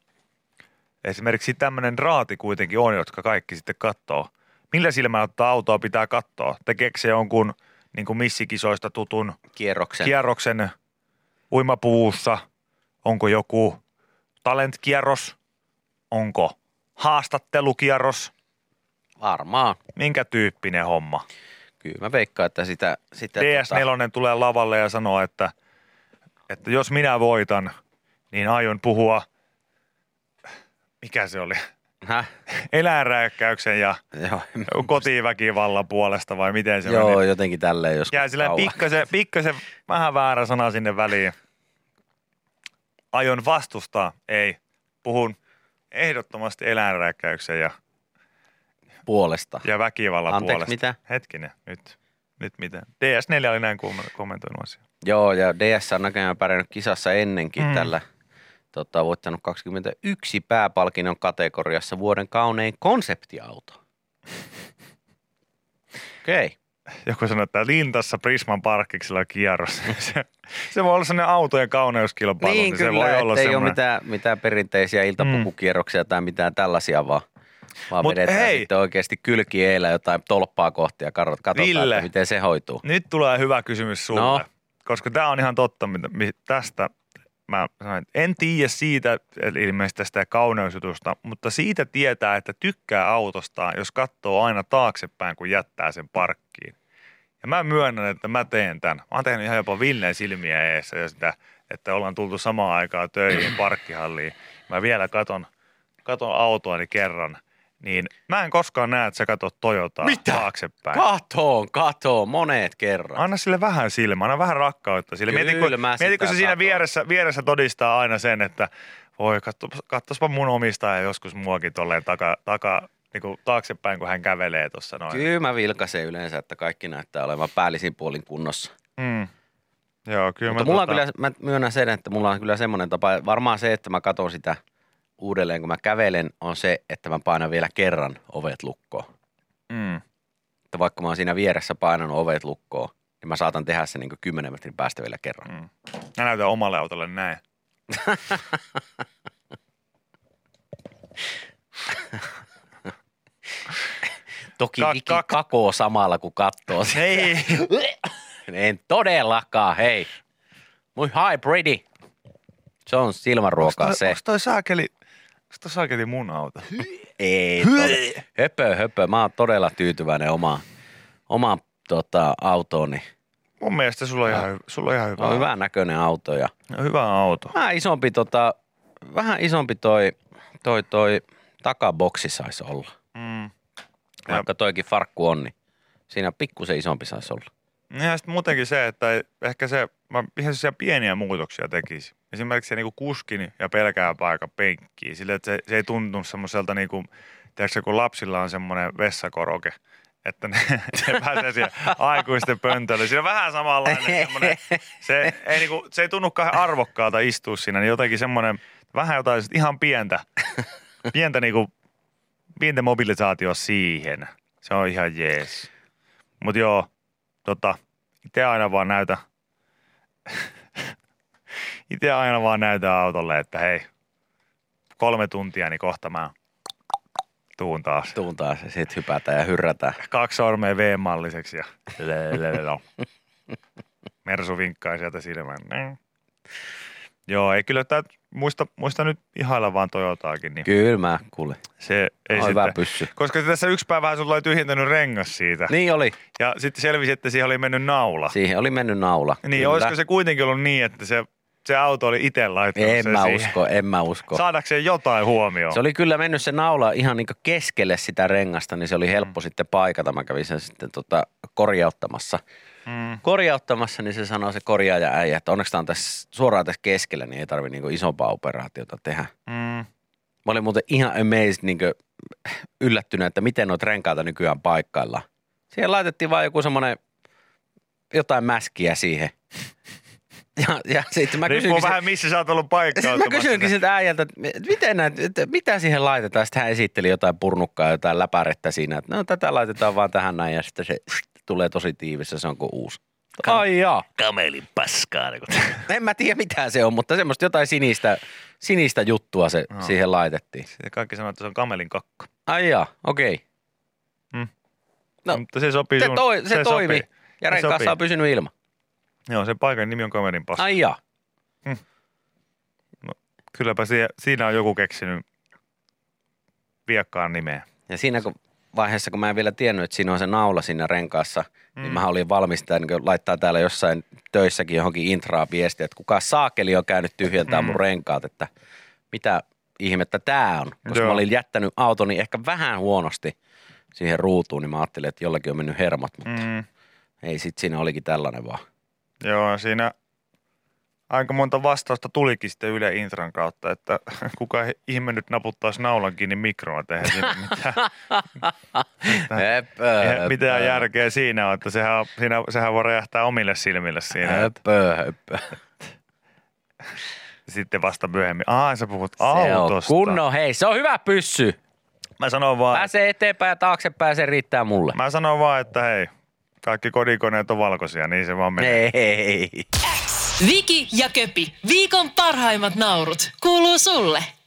esimerkiksi tämmöinen raati kuitenkin on, jotka kaikki sitten katsoo. Millä silmällä ottaa autoa pitää katsoa? Tekeekö se jonkun niin kuin missikisoista tutun
Kierroksen.
kierroksen uimapuussa, onko joku talentkierros, onko haastattelukierros,
Varmaan.
minkä tyyppinen homma.
Kyllä mä veikkaan, että sitä... sitä tota-
DS4 tulee lavalle ja sanoo, että, että jos minä voitan, niin aion puhua, mikä se oli,
Häh?
eläinrääkkäyksen ja
Joo, en-
kotiväkivallan puolesta vai miten se meni?
joo jotenkin tälleen joskus.
Jää sillä
kauan.
pikkasen, pikkasen vähän väärä sana sinne väliin. Aion vastustaa, ei. Puhun ehdottomasti eläinrääkkäyksen ja,
Puolesta.
ja väkivallan
Anteeksi,
puolesta.
mitä?
Hetkinen, nyt. Nyt mitä? DS4 oli näin kom- kommentoinut asiaa.
Joo, ja DS on näköjään pärjännyt kisassa ennenkin
Mm.
mm. tällä. Tota, voittanut 21 pääpalkinnon kategoriassa vuoden kaunein konseptiauto. Okei. Okay.
Joku sanoi, että Lintassa Prisman parkkiksella on kierros. se, se voi olla sellainen autojen kauneuskilpailu, niin,
Niin,
niin
kyllä,
se voi olla
ei ole
sellainen.
mitään, mitään perinteisiä iltapukukierroksia mm. tai mitään tällaisia, vaan, vaan
Mut
vedetään
hei!
sitten oikeasti kylkieillä jotain tolppaa kohti ja karot- katsotaan,
Ville.
että miten se hoituu.
Nyt tulee hyvä kysymys sulle, no.
No.
koska tämä on ihan totta, mitä, mi- tästä mä sanoin, että en tiedä siitä eli ilmeisesti tästä kauneusjutusta, mutta siitä tietää, että tykkää autostaan, jos katsoo aina taaksepäin, kun jättää sen parkkiin. Ja mä myönnän, että mä teen tämän. Mä oon tehnyt ihan jopa Villeen silmiä eessä ja sitä, että ollaan tultu samaan aikaan töihin parkkihalliin. Mä vielä katon, katon autoani kerran, niin mä en koskaan näe, että sä katot Toyotaa
Mitä?
taaksepäin.
Katoon, katoon, moneet kerran.
Anna sille vähän silmä, anna vähän rakkautta sille.
Kyllä
Mieti, kun,
mä sitä
mieti, kun se siinä
katson.
vieressä, vieressä todistaa aina sen, että voi katso- katsospa mun omistaja joskus muakin tolleen taka, taka niin kuin taaksepäin, kun hän kävelee tuossa noin.
Kyllä mä vilkaisen yleensä, että kaikki näyttää olevan päällisin puolin kunnossa.
Mm. Joo, kyllä
Mutta
mä, tota-
mulla on kyllä, mä myönnän sen, että mulla on kyllä semmoinen tapa, varmaan se, että mä katon sitä uudelleen, kun mä kävelen, on se, että mä painan vielä kerran ovet lukkoon.
Mm.
Että vaikka mä oon siinä vieressä painanut ovet lukkoon, niin mä saatan tehdä sen niin 10 metrin päästä vielä
Mm.
kerran.
Mä näytän omalle autolle näin.
Toki
Kak-
Kak, iki
kak-
kakoo samalla, kun katsoo sen.
Ei.
en todellakaan, hei. Moi hybridi. Se on silmänruokaa se.
Onko toi saakeli, onks toi saakeli mun auto?
Ei, tod- höpö, höpö. Mä oon todella tyytyväinen omaan, omaan tota, autooni.
Mun mielestä sulla on ihan, hy- sulla on ihan hyvä,
On hyvän näköinen auto ja
hyvä auto.
vähän isompi, tota, vähän isompi toi, toi, toi takaboksi saisi olla.
Mm. Ja-
Vaikka toikin farkku on, niin siinä pikkusen isompi saisi olla.
No ja sitten muutenkin se, että ei- ehkä se, mä ihan sellaisia pieniä muutoksia tekisi. Esimerkiksi se niinku kuskin ja pelkää paikan penkkiä. Sillä, että se, se ei tuntunut semmoiselta niinku, tiedätkö, kun lapsilla on semmoinen vessakoroke, että ne, ne pääsee siihen aikuisten pöntölle. Siinä on vähän samanlainen semmoinen, se ei, niinku, se ei tunnu kauhean arvokkaalta istua siinä, niin jotenkin semmoinen, vähän jotain sit ihan pientä, pientä niinku, pientä mobilisaatio siihen. Se on ihan jees. Mutta joo, tota, itse aina vaan näytä, itse aina vaan näytä autolle, että hei, kolme tuntia, niin kohta mä tuun taas.
Tuun taas ja sit hypätään ja hyrrätään.
Kaksi sormea V-malliseksi ja Mersu vinkkaa sieltä silmään. Näin. Joo, ei kyllä tää, muista, muista nyt ihailla vaan Toyotaakin, niin
Kyllä mä, kuule.
se ei
Ei on
sitä.
hyvä pyssy.
Koska tässä yksi päivä sulla oli tyhjentänyt rengas siitä.
Niin oli.
Ja sitten selvisi, että siihen oli mennyt naula.
Siihen oli mennyt naula.
niin,
Kyllä.
olisiko se kuitenkin ollut niin, että se, se auto oli itse laittanut
En
sen
mä
siihen?
usko, en mä usko.
Saadakseen jotain huomioon.
Se oli kyllä mennyt se naula ihan niin keskelle sitä rengasta, niin se oli helppo sitten paikata. Mä kävin sen sitten tota korjauttamassa.
Mm.
Korjauttamassa, niin se sanoi se korjaaja äijä, että onneksi tämä on tässä, suoraan tässä keskellä, niin ei tarvi niin isompaa operaatiota tehdä.
Mm.
Mä olin muuten ihan amazed, niin yllättynyt, että miten noita renkaita nykyään paikkaillaan. Siihen laitettiin vaan joku semmoinen jotain mäskiä siihen. Ja, ja sitten mä
Riippuu
kysyinkin,
vähän, missä sä oot ollut paikkaa.
sitten mä kysyinkin siltä äijältä, että mi- miten näitä, että mitä siihen laitetaan. Sitten hän esitteli jotain purnukkaa, jotain läpärettä siinä, että no tätä laitetaan vaan tähän näin ja sitten se tulee tosi tiivissä, se on kuin uusi. Ai jaa.
kamelin paskaa. Niin kuin.
En mä tiedä mitä se on, mutta semmoista jotain sinistä, sinistä juttua se
Joo.
siihen laitettiin.
Kaikki sanoo, että se on kamelin kakka.
Ai jaa, okei. No,
No, Mutta se sopii
Se,
sun-
toi, se, se toimi.
sopii.
Ja
Se sopii.
renkaassa on pysynyt ilma.
Joo, sen paikan nimi on kamelin paska.
Ai jaa.
Kylläpä sie- siinä on joku keksinyt viekkaan nimeä.
Ja siinä kun vaiheessa, kun mä en vielä tiennyt, että siinä on se naula siinä renkaassa, mm. niin mä olin valmis tämän, kun laittaa täällä jossain töissäkin johonkin intraa viestiä, että kuka saakeli on käynyt tyhjentämään mm. mun renkaat, että mitä ihmettä tää on. Koska Joo.
Joo.
mä olin jättänyt autoni ehkä vähän huonosti siihen ruutuun, niin mä ajattelin, että jollakin on mennyt hermot, mutta
Mm.
mm. ei sit siinä olikin tällainen vaan.
Joo, siinä aika monta vastausta tulikin sitten Yle Intran kautta, että kuka ihme nyt naputtaisi naulan kiinni mikroon tehdä siinä mitään,
Höpö,
eihän mitään järkeä siinä on, että sehän, on- siinä, sehän voi räjähtää omille silmille siinä.
Höpö, höpö.
Sitten vasta myöhemmin, aah sä puhut
Se on
autosta.
kunnon, hei, se on hyvä pyssy.
Mä sanon vaan,
Pääsee eteenpäin ja taaksepäin, se riittää mulle.
mä sanon vaan, että hei, kaikki kodikoneet on valkoisia, niin se vaan menee.
Ei.
Viki ja Köpi, viikon parhaimmat naurut, kuuluu sulle.